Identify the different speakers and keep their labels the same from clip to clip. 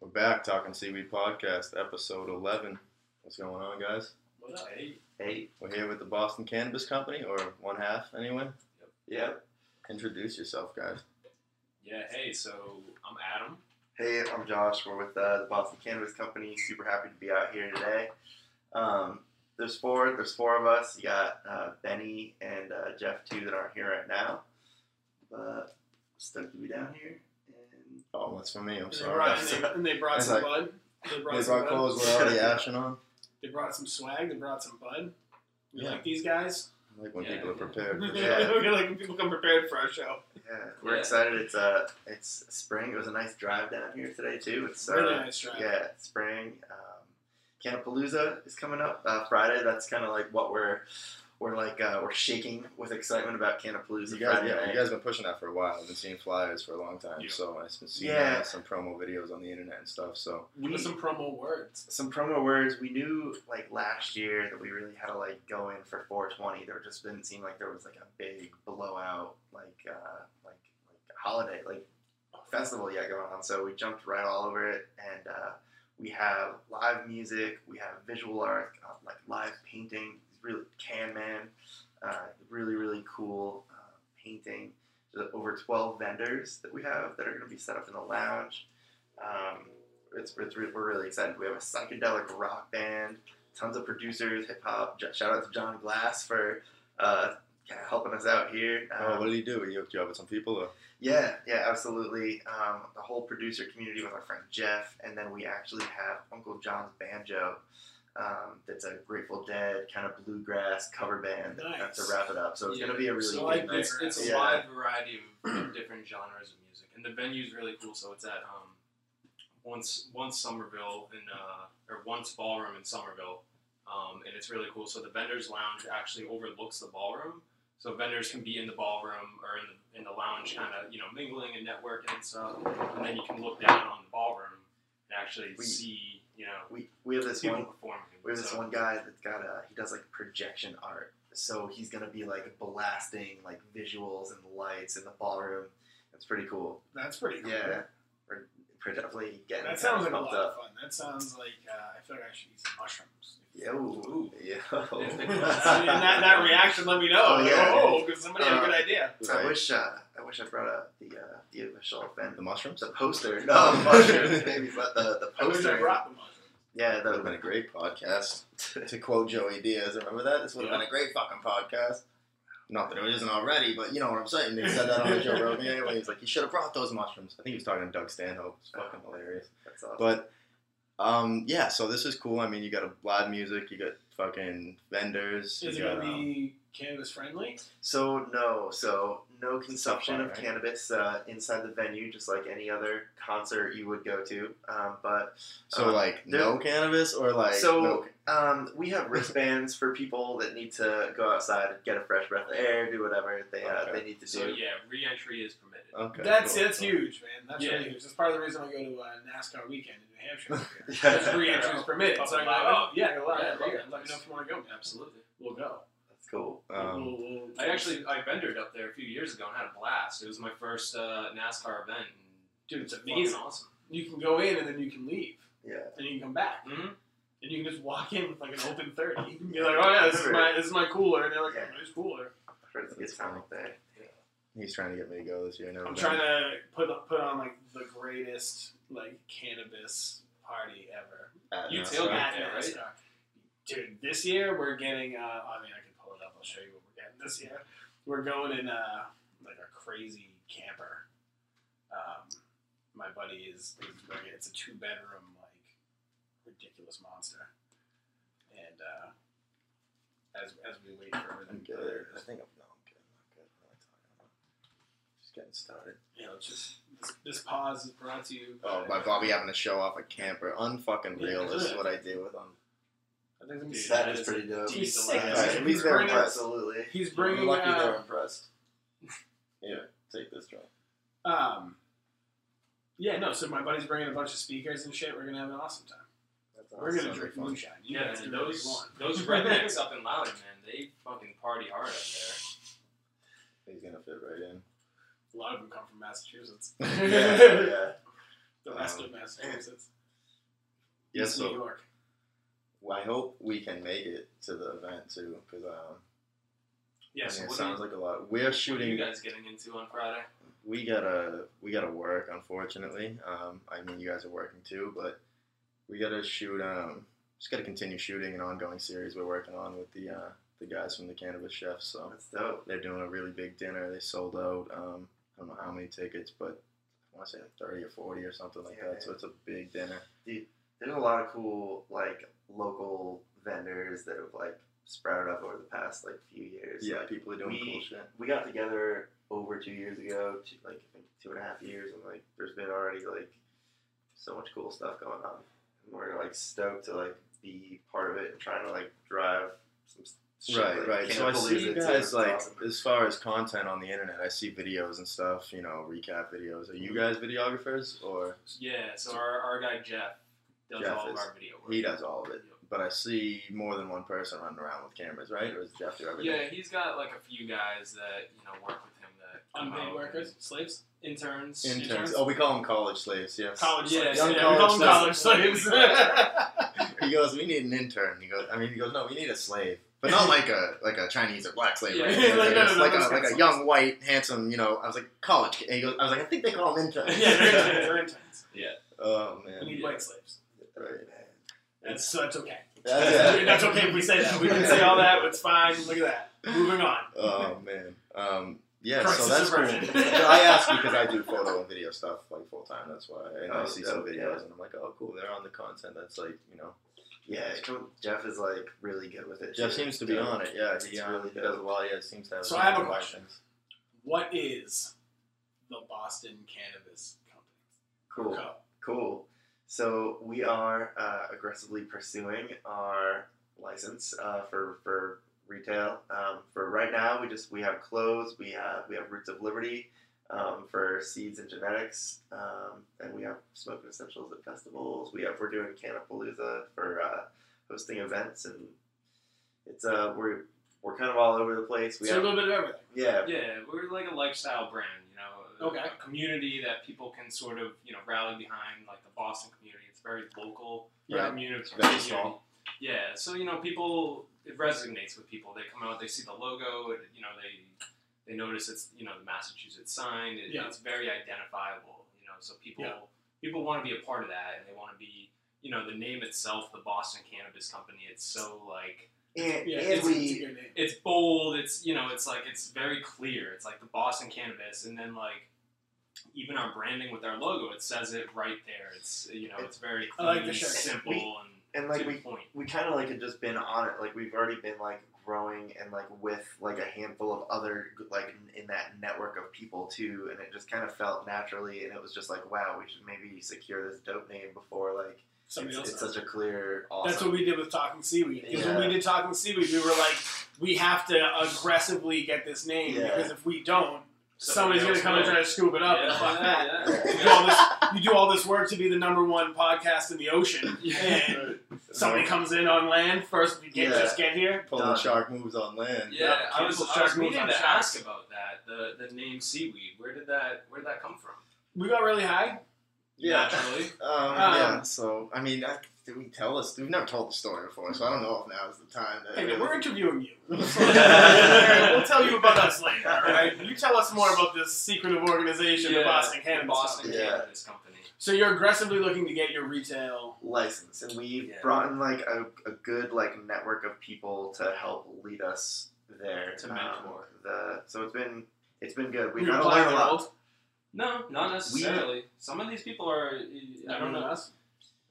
Speaker 1: We're back talking seaweed podcast episode eleven. What's going on, guys?
Speaker 2: What's eight?
Speaker 3: Hey,
Speaker 1: We're here with the Boston Cannabis Company, or one half anyway.
Speaker 3: yeah.
Speaker 1: Introduce yourself, guys.
Speaker 2: Yeah, hey, so I'm Adam.
Speaker 3: Hey, I'm Josh. We're with uh, the Boston Cannabis Company. Super happy to be out here today. Um, there's four. There's four of us. You got uh, Benny and uh, Jeff too that aren't here right now. But stoked to be down here. And
Speaker 1: Oh, that's for me. I'm
Speaker 4: And they,
Speaker 1: sorry.
Speaker 4: brought, and, they, and they brought
Speaker 1: It's
Speaker 4: some
Speaker 1: like-
Speaker 4: bud. They brought
Speaker 1: These
Speaker 4: some
Speaker 1: are
Speaker 4: bud.
Speaker 1: clothes we're already ashing on.
Speaker 4: They brought some swag. They brought some bud. You
Speaker 1: Yeah.
Speaker 4: like these guys?
Speaker 1: I like when
Speaker 2: Yeah.
Speaker 1: people are prepared. for shit.
Speaker 3: Yeah.
Speaker 4: we like when people come prepared for our show.
Speaker 3: yeah, we're
Speaker 2: Yeah.
Speaker 3: excited. It's uh, it's spring. It was a nice drive down here today too. It's uh,
Speaker 4: really nice try.
Speaker 3: Yeah, spring. Um, Canapalooza is coming up uh, Friday. That's kind of like what we're we're like uh, we're shaking with excitement about Canapalooza
Speaker 1: You guys,
Speaker 3: Friday
Speaker 1: yeah, you
Speaker 3: night.
Speaker 1: guys been pushing that for a while. I've been seeing flyers for a long time,
Speaker 2: Yeah.
Speaker 1: so I've been seeing
Speaker 3: Yeah.
Speaker 1: uh, some promo videos on the internet and stuff. So
Speaker 4: Give
Speaker 3: we,
Speaker 4: us some
Speaker 3: some
Speaker 4: promo words.
Speaker 3: some promo words. We knew like last year that we really had to like go in for 420. There just didn't seem like there was like a big blowout like uh, like like holiday like festival yet going on. So we jumped right all over it, and uh, we have live music, we have visual art, uh, like live painting. Really, Can Man, uh, really really cool uh, painting. There's over 12 vendors that we have that are going to be set up in the lounge. Um, it's, it's re- we're really excited. We have a psychedelic rock band, tons of producers, hip hop. J- Shout out to John Glass for uh, kinda helping us out here.
Speaker 1: Oh,
Speaker 3: Um,
Speaker 1: what did he do? He hooked you up with some people? uh, Or?
Speaker 3: yeah, yeah, absolutely. Um, the whole producer community with our friend Jeff, and then we actually have Uncle John's banjo. Um, that's a Grateful Dead kind of bluegrass cover band
Speaker 4: Nice.
Speaker 3: to wrap it up. So it's
Speaker 5: Yeah.
Speaker 3: gonna be a really
Speaker 5: So
Speaker 3: big
Speaker 5: like
Speaker 3: night.
Speaker 5: it's, it's a
Speaker 3: Yeah.
Speaker 5: wide variety of different genres of music, and the venue's really cool. So it's at um, once once Somerville in uh, or once ballroom in Somerville, um, and it's really cool. So the vendors lounge actually overlooks the ballroom, so vendors can be in the ballroom or in the in the lounge, kind of you know mingling and networking and stuff, and then you can look down on the ballroom and actually
Speaker 3: We-
Speaker 5: see you know
Speaker 3: We we have this
Speaker 5: people
Speaker 3: one
Speaker 5: performing.
Speaker 3: We have this
Speaker 5: So-
Speaker 3: one guy that's got a he does like projection art, so he's gonna be like blasting like visuals and lights in the ballroom. It's pretty cool.
Speaker 4: That's pretty cool.
Speaker 3: Yeah, we're, we're definitely getting
Speaker 4: That sounds like a
Speaker 3: kinda
Speaker 4: lot
Speaker 3: pumped
Speaker 4: of
Speaker 3: up.
Speaker 4: fun. That sounds like uh, I feel like I should eat some mushrooms.
Speaker 3: Yo,
Speaker 5: Ooh. If they
Speaker 3: yo.
Speaker 5: could-
Speaker 4: and that, that reaction let me know.
Speaker 3: Oh, yeah.
Speaker 4: Oh, because somebody had a good
Speaker 3: Uh,
Speaker 4: idea.
Speaker 3: I
Speaker 1: Right.
Speaker 3: wish uh, I wish I brought up the uh, the official event,
Speaker 1: The mushrooms?
Speaker 3: the
Speaker 1: That
Speaker 3: poster. No, the poster, maybe, but the the
Speaker 4: I wish I
Speaker 3: poster.
Speaker 4: brought the mushrooms.
Speaker 3: Yeah,
Speaker 1: would have been a
Speaker 3: the,
Speaker 1: great podcast. to quote Joey Diaz, remember that? This would have been a great fucking podcast. Not that it isn't already, but you know what I'm saying. They said that on the Joe Rogan anyway. He's like, you should have brought those mushrooms. I think he was talking to Doug Stanhope. It's fucking hilarious.
Speaker 3: that's awesome.
Speaker 1: But um, yeah, so this is cool. I mean, you got live music, you got fucking vendors.
Speaker 4: Is
Speaker 1: you
Speaker 4: it
Speaker 1: got,
Speaker 4: gonna
Speaker 1: um,
Speaker 4: be cannabis friendly?
Speaker 3: So no, so no consumption
Speaker 1: fun,
Speaker 3: of
Speaker 1: right?
Speaker 3: cannabis uh, inside the venue, just like any other concert you would go to. Um, but
Speaker 1: so
Speaker 3: um,
Speaker 1: like
Speaker 3: there-
Speaker 1: no cannabis or like
Speaker 3: so
Speaker 1: no-
Speaker 3: um, we have wristbands for people that need to go outside and get a fresh breath of air, do whatever they uh,
Speaker 1: Okay.
Speaker 3: they need to do.
Speaker 5: So yeah, re-entry is permitted.
Speaker 3: Uh,
Speaker 1: Okay,
Speaker 4: that's
Speaker 1: cool,
Speaker 4: that's
Speaker 1: cool.
Speaker 4: huge, man. That's
Speaker 5: Yeah.
Speaker 4: really huge. That's part of the reason I go to uh, NASCAR weekend in New Hampshire. every year.
Speaker 3: Yeah.
Speaker 4: There's three entries permitted. So I'm like, oh, yeah, go out.
Speaker 5: Yeah,
Speaker 4: every year.
Speaker 5: yeah.
Speaker 4: Let me know if you want to go. man.
Speaker 5: Absolutely.
Speaker 4: We'll go.
Speaker 3: That's cool.
Speaker 1: Um,
Speaker 4: we'll, we'll,
Speaker 5: I actually I vendored up there a few years ago and had a blast. It was my first uh, NASCAR event. and
Speaker 4: dude, it's
Speaker 5: Me is
Speaker 4: amazing.
Speaker 5: awesome.
Speaker 4: You can go in and then you can leave,
Speaker 3: Yeah,
Speaker 4: and you can come back,
Speaker 5: Mhm.
Speaker 4: and you can just walk in with like an open thirty. You're like, oh yeah, this is my this is my cooler, and they're like,
Speaker 3: Yeah.
Speaker 4: oh, nice cooler.
Speaker 3: for the good time up there.
Speaker 1: He's trying to get me to go this year. Never
Speaker 4: I'm
Speaker 1: been.
Speaker 4: trying to put put on like the greatest like cannabis party ever.
Speaker 1: At
Speaker 5: You
Speaker 1: NASCAR.
Speaker 5: tailgate.
Speaker 4: at
Speaker 5: there, right?
Speaker 4: NASCAR. Dude, this year we're getting. Uh, I mean, I can pull it up. I'll show you what we're getting this year. We're going in uh, like a crazy camper. Um, my buddy is. is bringing- It's a two bedroom like ridiculous monster. And uh, as as we wait for
Speaker 1: I'm
Speaker 4: everything,
Speaker 1: good. I think I'm no, I'm good. I'm good. What am I talking about? Just getting started.
Speaker 4: you know, just this, this pause is brought to you.
Speaker 1: Oh, by Bobby having to show off a camper. Unfucking real. This is what I deal with. Um,
Speaker 4: I think it's gonna be
Speaker 5: Dude,
Speaker 4: sick.
Speaker 5: that
Speaker 3: that is
Speaker 5: is
Speaker 3: pretty dope.
Speaker 5: deep
Speaker 4: He's
Speaker 5: delight.
Speaker 4: sick.
Speaker 1: Alright, at least
Speaker 4: He's
Speaker 1: they're
Speaker 4: bringing-
Speaker 1: impressed.
Speaker 3: Absolutely.
Speaker 4: He's bringing.
Speaker 1: I'm lucky
Speaker 4: uh,
Speaker 1: they're impressed. Yeah, take this drink.
Speaker 4: Um, yeah, no. So my buddy's bringing a bunch of speakers and shit. We're gonna have an awesome time.
Speaker 1: That's
Speaker 4: We're gonna
Speaker 1: awesome.
Speaker 4: drink
Speaker 1: Fun.
Speaker 4: moonshine. You
Speaker 5: Yeah,
Speaker 4: guys do
Speaker 5: and
Speaker 4: whatever you
Speaker 5: those
Speaker 4: want.
Speaker 5: those rednecks up in Loudon, man, they fucking party hard up there.
Speaker 1: He's gonna fit right in.
Speaker 4: A lot of them come from Massachusetts.
Speaker 1: Yeah,
Speaker 3: Yeah, yeah.
Speaker 4: the rest of Massachusetts.
Speaker 1: Yes,
Speaker 4: It's
Speaker 1: so
Speaker 4: New York.
Speaker 1: well, I hope we can make it to the event too, because um, I
Speaker 5: Yeah, so
Speaker 1: mean, it
Speaker 5: what,
Speaker 1: sounds
Speaker 5: are,
Speaker 1: like a lot. We're
Speaker 5: you- what are you
Speaker 1: shooting.
Speaker 5: guys getting into on Friday?
Speaker 1: we gotta we gotta work unfortunately um, i mean you guys are working too but we gotta shoot um, just gotta continue shooting an ongoing series we're working on with the uh, the guys from the cannabis chefs so
Speaker 3: That's dope.
Speaker 1: they're doing a really big dinner they sold out um, i don't know how many tickets but i want to say like 30 or 40 or something like
Speaker 3: Yeah,
Speaker 1: that so it's a big dinner
Speaker 3: There's a lot of cool like local vendors that have like sprouted up over the past like few years.
Speaker 1: yeah
Speaker 3: Like,
Speaker 1: people are doing cool
Speaker 3: we-
Speaker 1: shit
Speaker 3: we got together over two years ago, two, like I think two and a half years, and like there's been already like so much cool stuff going on. And we're like stoked to like be part of it and trying to like drive some s- shit.
Speaker 1: Right,
Speaker 3: like,
Speaker 1: right.
Speaker 3: can't
Speaker 1: So I see
Speaker 3: believe
Speaker 1: you
Speaker 3: it's-
Speaker 1: guys
Speaker 3: it's
Speaker 1: like
Speaker 3: awesome.
Speaker 1: as far as content on the internet, I see videos and stuff, you know, recap videos. Are you guys videographers or
Speaker 5: Yeah, so our, our guy Jeff does
Speaker 1: Jeff
Speaker 5: all of
Speaker 1: is-
Speaker 5: our video work.
Speaker 1: he does all of it? But I see more than one person running around with cameras, right? Or is Jeff do everything?
Speaker 5: Yeah, he's got like a few guys that you know work with him that come
Speaker 4: Unpaid
Speaker 5: out
Speaker 4: workers,
Speaker 5: and-
Speaker 4: slaves,
Speaker 5: Um, interns,
Speaker 1: Interns. Oh, we call them college slaves. Yes.
Speaker 4: college
Speaker 5: Yeah,
Speaker 4: slaves.
Speaker 1: young
Speaker 4: yeah, we call them college
Speaker 1: college
Speaker 4: slaves.
Speaker 1: He goes, we need an intern. He goes, I mean, he goes, no, we need a slave, but not like a like a Chinese or black slave.
Speaker 5: Yeah,
Speaker 1: right?
Speaker 4: like,
Speaker 1: like,
Speaker 4: no,
Speaker 1: just
Speaker 4: no,
Speaker 1: like
Speaker 4: no,
Speaker 1: a
Speaker 4: no,
Speaker 1: like
Speaker 4: no.
Speaker 1: a young white handsome. You know, I was like college. Kid. And he goes, I was like, I think they call them interns.
Speaker 4: yeah, they're interns. They're interns.
Speaker 1: oh
Speaker 4: We
Speaker 1: man.
Speaker 4: need white slaves.
Speaker 1: Right.
Speaker 4: That's so that's okay.
Speaker 1: That's-
Speaker 4: That's, that's okay if we say that. We can say all that. It's fine. Look at that. Moving on.
Speaker 1: Oh man. Um, yeah,
Speaker 4: Crisis
Speaker 1: so that's
Speaker 4: aversion.
Speaker 1: cool. No, I ask because I do photo and video stuff like full time. That's why, and I
Speaker 3: Oh,
Speaker 1: see some
Speaker 3: dope,
Speaker 1: videos
Speaker 3: yeah.
Speaker 1: and I'm like, oh cool, they're on the content. That's like you know,
Speaker 3: yeah, it's cool. Jeff is like really good with it.
Speaker 1: Jeff
Speaker 3: too.
Speaker 1: seems to be
Speaker 3: Dope.
Speaker 1: on it. Yeah, he
Speaker 3: It's
Speaker 1: um,
Speaker 3: really good.
Speaker 1: does well. Yeah, seems to have.
Speaker 4: So
Speaker 1: some
Speaker 4: I have a
Speaker 1: good
Speaker 4: question.
Speaker 1: questions.
Speaker 4: What is the Boston Cannabis Company?
Speaker 3: Cool.
Speaker 4: Co.
Speaker 3: Cool. So we are uh, aggressively pursuing our license uh, for for retail. Um, for right now, we just we have clothes. We have we have Roots of Liberty um, for seeds and genetics, um, and we have smoking essentials at festivals. We have we're doing Canapalooza for uh, hosting events, and it's uh we're we're kind of all over the place. We
Speaker 4: So a
Speaker 3: have
Speaker 4: little bit of everything.
Speaker 3: yeah
Speaker 5: Yeah, we're like a lifestyle brand, you know. a-
Speaker 4: Okay.
Speaker 5: A community that people can sort of, you know, rally behind, like the Boston community. It's very local.
Speaker 1: Yeah.
Speaker 5: Community.
Speaker 1: It's very small.
Speaker 5: Yeah, so you know, people it resonates with people. They come out, they see the logo, it- you know, they they notice it's you know the Massachusetts sign. It,
Speaker 4: Yeah.
Speaker 5: It's very identifiable, you know. So people
Speaker 4: Yeah.
Speaker 5: people want to be a part of that, and they want to be, you know, the name itself, the Boston Cannabis Company. It's so like
Speaker 3: and,
Speaker 4: Yeah,
Speaker 3: and
Speaker 4: it's, it's a
Speaker 3: we
Speaker 4: good name.
Speaker 5: it's bold. It's you know, it's like it's very clear. It's like the Boston cannabis, and then like even our branding with our logo, it says it right there. It's you know, it's very
Speaker 4: I
Speaker 5: clean,
Speaker 4: like the shirt.
Speaker 5: simple,
Speaker 3: and
Speaker 5: and
Speaker 3: like
Speaker 5: to the
Speaker 3: we
Speaker 5: point.
Speaker 3: we kind of like had just been on it. Like we've already been like growing and like with like a handful of other like in- in that network of people too, and it just kind of felt naturally. And it was just like, wow, we should maybe secure this dope name before like
Speaker 4: Somebody
Speaker 3: it's,
Speaker 4: else.
Speaker 3: it's
Speaker 4: does.
Speaker 3: such a clear awesome.
Speaker 4: That's what we did with Talking Seaweed. Because when
Speaker 3: Yeah.
Speaker 4: we did Talking Seaweed, we were like, we have to aggressively get this name
Speaker 3: Yeah.
Speaker 4: because if we don't,
Speaker 5: Somebody
Speaker 4: somebody's going to
Speaker 5: else
Speaker 4: come and
Speaker 5: will.
Speaker 4: try to scoop it up and
Speaker 5: Yeah,
Speaker 4: fuck that.
Speaker 5: yeah,
Speaker 4: You do,
Speaker 5: uh, yeah.
Speaker 4: all this, you do all this work to be the number one podcast in the ocean, and somebody comes in on land first. We can't
Speaker 3: Yeah.
Speaker 4: just get here.
Speaker 1: Pulling
Speaker 3: Done.
Speaker 1: shark moves on land.
Speaker 5: Yeah, I was, I was
Speaker 4: Cancel
Speaker 5: meaning
Speaker 4: shark
Speaker 5: to
Speaker 4: sharks.
Speaker 5: ask about that. The the name seaweed. Where did that Where did that come from?
Speaker 4: We got really high.
Speaker 1: Yeah.
Speaker 5: Naturally.
Speaker 1: Um,
Speaker 4: Um,
Speaker 1: yeah. So I mean, I, did we tell us? We've never told the story before, so I don't know if now is the time. To
Speaker 4: Hey, man, we're interviewing you. we'll
Speaker 1: We'll
Speaker 4: tell you about us later. All right, you tell us more about this secretive organization, the
Speaker 5: Yeah,
Speaker 4: Boston Cannabis.
Speaker 5: Boston
Speaker 4: Company.
Speaker 3: Yeah.
Speaker 5: Cannabis Company.
Speaker 4: So you're aggressively looking to get your retail.
Speaker 3: license and we
Speaker 5: Yeah.
Speaker 3: brought in like a, a good like network of people to help lead us there
Speaker 5: To
Speaker 3: Um,
Speaker 5: mentor.
Speaker 3: the so it's been it's been good we've
Speaker 4: You're
Speaker 3: gotta
Speaker 4: applying
Speaker 3: learn a lot
Speaker 4: to
Speaker 5: No, not necessarily. Some of these people are. I don't know.
Speaker 4: Us.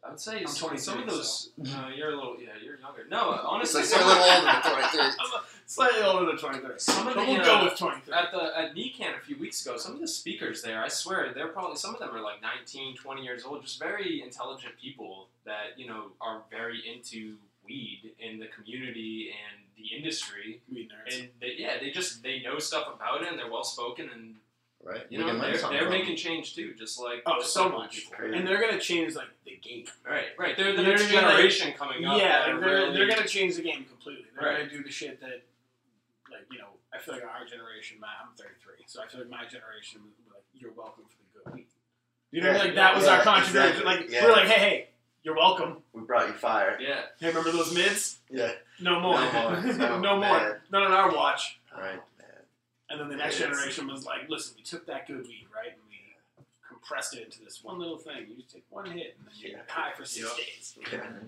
Speaker 5: I would say
Speaker 4: I'm
Speaker 5: some, some of
Speaker 4: 23,
Speaker 5: those. Uh, you're a little. Yeah, you're younger. No, honestly,
Speaker 1: It's
Speaker 5: some
Speaker 1: like
Speaker 5: of
Speaker 1: you're a little
Speaker 5: the-
Speaker 1: older than 23.
Speaker 4: Slightly older than 23.
Speaker 5: Some of
Speaker 4: but
Speaker 5: the,
Speaker 4: we'll
Speaker 5: uh,
Speaker 4: go with 23.
Speaker 5: At the at NECAN a few weeks ago, some of the speakers there, I swear, they're probably some of them are like 19, 20 years old, just very intelligent people that you know are very into weed and the community and the industry,
Speaker 4: We nerds.
Speaker 5: and they, yeah, they just they know stuff about it and they're well spoken and
Speaker 1: Right.
Speaker 5: you
Speaker 1: we
Speaker 5: know
Speaker 1: can learn
Speaker 5: they're,
Speaker 1: something
Speaker 5: they're
Speaker 1: from
Speaker 5: making change too, just like
Speaker 4: Oh,
Speaker 5: just
Speaker 4: so
Speaker 5: like
Speaker 4: much.
Speaker 5: people.
Speaker 3: Crazy.
Speaker 4: And they're gonna change like the game.
Speaker 5: Right, right. They're the
Speaker 4: They're
Speaker 5: next
Speaker 4: gonna-
Speaker 5: generation coming up.
Speaker 4: yeah,
Speaker 5: that
Speaker 4: they're, they're
Speaker 5: are really-
Speaker 4: gonna change the game completely. They're
Speaker 5: Right.
Speaker 4: gonna do the shit that, like you know, I feel like our generation. My, I'm 33, so I feel like my generation was like, "You're welcome for the good weed." You know,
Speaker 3: Yeah,
Speaker 4: like that was
Speaker 3: yeah,
Speaker 4: our contribution.
Speaker 3: exactly,
Speaker 4: Like
Speaker 3: yeah.
Speaker 4: we're like, hey, hey, you're welcome.
Speaker 3: We brought you fire.
Speaker 5: Yeah.
Speaker 4: Hey, remember those mids?
Speaker 3: Yeah.
Speaker 4: No more.
Speaker 3: No more.
Speaker 4: No,
Speaker 3: No,
Speaker 4: more.
Speaker 3: man.
Speaker 4: Not on our watch.
Speaker 1: Right.
Speaker 3: Oh, man.
Speaker 4: And then the next
Speaker 3: Yes.
Speaker 4: generation was like, listen, we took that good weed, right, and we compressed it into this one little thing. You just take one hit, and then you're
Speaker 3: Yeah.
Speaker 4: high for six
Speaker 5: Yep.
Speaker 4: days.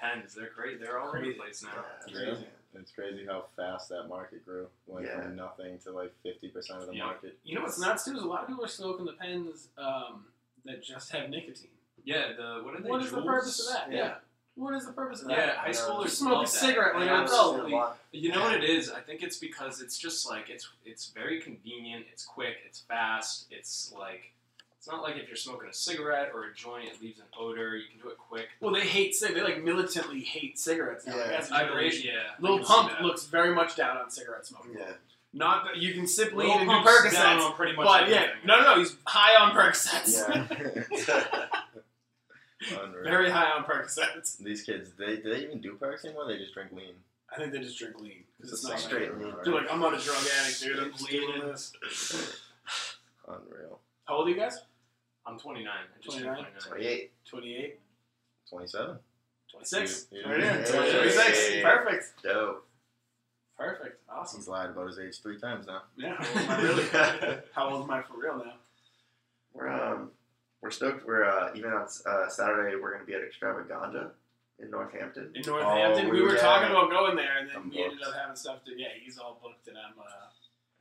Speaker 5: Pens, they're great. They're all over the place now.
Speaker 3: Yeah.
Speaker 1: Yeah. It's crazy how fast that market grew. Went
Speaker 3: Yeah.
Speaker 1: from nothing to like 50% of the
Speaker 5: Yeah.
Speaker 1: market.
Speaker 4: You know what's nuts too is a lot of people are smoking the pens um, that just have nicotine.
Speaker 5: Yeah. The what are they?
Speaker 4: What is the
Speaker 5: Juuls?
Speaker 4: purpose of that?
Speaker 3: Yeah.
Speaker 4: What is the purpose of
Speaker 5: Yeah,
Speaker 4: that?
Speaker 5: high
Speaker 3: Yeah.
Speaker 5: schoolers
Speaker 4: Just smoke
Speaker 5: love
Speaker 4: a
Speaker 5: that.
Speaker 4: cigarette
Speaker 5: They
Speaker 4: like an
Speaker 5: absolutely
Speaker 4: adult.
Speaker 5: You know what it is? I think it's because it's just like it's it's very convenient, it's quick, it's fast, it's like it's not like if you're smoking a cigarette or a joint, it leaves an odor. You can do it quick.
Speaker 4: Well, they hate cig. They like militantly hate cigarettes now. Like,
Speaker 3: Yeah.
Speaker 4: as a
Speaker 5: I
Speaker 4: generation.
Speaker 5: yeah. I
Speaker 4: Lil
Speaker 5: can see
Speaker 4: Pump
Speaker 5: that.
Speaker 4: looks very much down on cigarette smoking.
Speaker 3: Yeah.
Speaker 4: Not that you can sip
Speaker 5: Lil
Speaker 4: lean and do
Speaker 5: Pump's down
Speaker 4: Percocets,
Speaker 5: on pretty much
Speaker 4: but yeah,
Speaker 5: everything.
Speaker 4: no, no, no, he's high on Percocets.
Speaker 1: Unreal.
Speaker 4: very high on Percocets.
Speaker 1: These kids, they do they even do perks anymore? They just drink lean.
Speaker 4: I think they just drink lean because it's,
Speaker 1: the
Speaker 4: not
Speaker 1: same
Speaker 4: like,
Speaker 3: straight
Speaker 1: thing,
Speaker 3: lean.
Speaker 1: right?
Speaker 4: they're like, I'm not a drug addict, dude. I'm just
Speaker 5: Lean.
Speaker 4: doing this.
Speaker 1: Unreal.
Speaker 4: How old are you guys?
Speaker 5: I'm 29. I just turned
Speaker 4: 29?
Speaker 5: 29.
Speaker 3: 28.
Speaker 4: 28,
Speaker 1: 27.
Speaker 4: 26.
Speaker 1: Yeah.
Speaker 4: Right in,
Speaker 1: Yeah.
Speaker 4: 26.
Speaker 3: Yeah.
Speaker 4: Perfect,
Speaker 3: Dope.
Speaker 4: perfect, awesome.
Speaker 1: He's lied about his age three times now.
Speaker 4: Yeah, how old am I really? How old am I for real now?
Speaker 3: We're um we're stoked. We're uh, even on uh, Saturday we're gonna be at Extravaganza in Northampton.
Speaker 4: in Northampton.
Speaker 1: Oh,
Speaker 4: we
Speaker 1: we
Speaker 4: were
Speaker 1: were-
Speaker 4: talking about going there, and then
Speaker 1: I'm
Speaker 4: we ended
Speaker 1: booked.
Speaker 4: up having stuff to. Yeah, he's all booked, and I'm. Uh,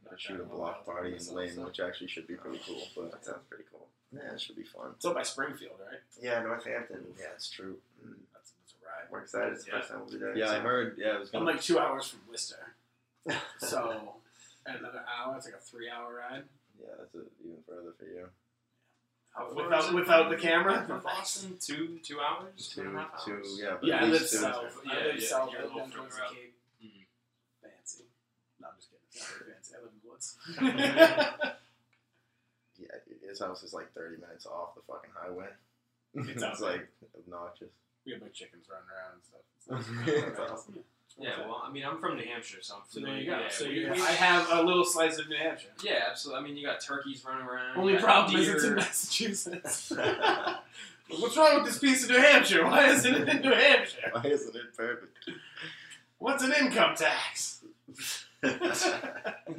Speaker 1: I shoot a block party in Lynn, which actually should be pretty cool, but
Speaker 3: That sounds pretty cool.
Speaker 1: yeah, it should be fun.
Speaker 4: It's up by Springfield, right?
Speaker 3: Yeah, Northampton.
Speaker 1: Yeah, it's true.
Speaker 3: Mm,
Speaker 4: That's, that's a ride.
Speaker 3: We're excited. It's the
Speaker 5: Yeah.
Speaker 3: first time we'll be there.
Speaker 1: Yeah, I
Speaker 3: so-
Speaker 1: heard. Yeah, it was
Speaker 4: I'm
Speaker 1: gonna.
Speaker 4: like two hours from Worcester, so at another hour, it's like a three-hour ride
Speaker 1: yeah, that's a, even further for you.
Speaker 5: How far is
Speaker 4: without
Speaker 5: it
Speaker 4: without
Speaker 5: from-
Speaker 4: the camera.
Speaker 5: From Boston, two two hours, two and
Speaker 1: Two,
Speaker 5: a half
Speaker 1: two,
Speaker 5: hours.
Speaker 1: yeah, but
Speaker 4: Yeah, I
Speaker 1: at
Speaker 4: live
Speaker 1: least two.
Speaker 4: south. I
Speaker 5: Yeah,
Speaker 4: live
Speaker 5: yeah,
Speaker 4: south.
Speaker 5: you're
Speaker 4: I
Speaker 5: a
Speaker 4: live
Speaker 5: little
Speaker 4: down towards the
Speaker 5: further
Speaker 4: Cape.
Speaker 5: Mhm.
Speaker 4: Fancy. No, I'm just kidding. It's not very fancy. I live in the woods.
Speaker 1: Yeah, his house is like 30 minutes off the fucking highway.
Speaker 4: It's
Speaker 1: It's,
Speaker 4: out there.
Speaker 1: like obnoxious.
Speaker 4: we have like chickens running around and stuff.
Speaker 1: That's awesome.
Speaker 5: Yeah, well, I mean, I'm from New Hampshire, so I'm
Speaker 4: So
Speaker 5: familiar.
Speaker 4: there you go.
Speaker 5: Yeah,
Speaker 4: so
Speaker 5: we-
Speaker 4: you,
Speaker 5: we-
Speaker 4: I have a little slice of New Hampshire.
Speaker 5: Yeah, absolutely. I mean, you got turkeys running around.
Speaker 4: Only
Speaker 5: you got
Speaker 4: problem is
Speaker 5: deer.
Speaker 4: it's in Massachusetts. What's wrong with this piece of New Hampshire? Why isn't it in New Hampshire?
Speaker 1: Why isn't it perfect?
Speaker 4: What's an income tax?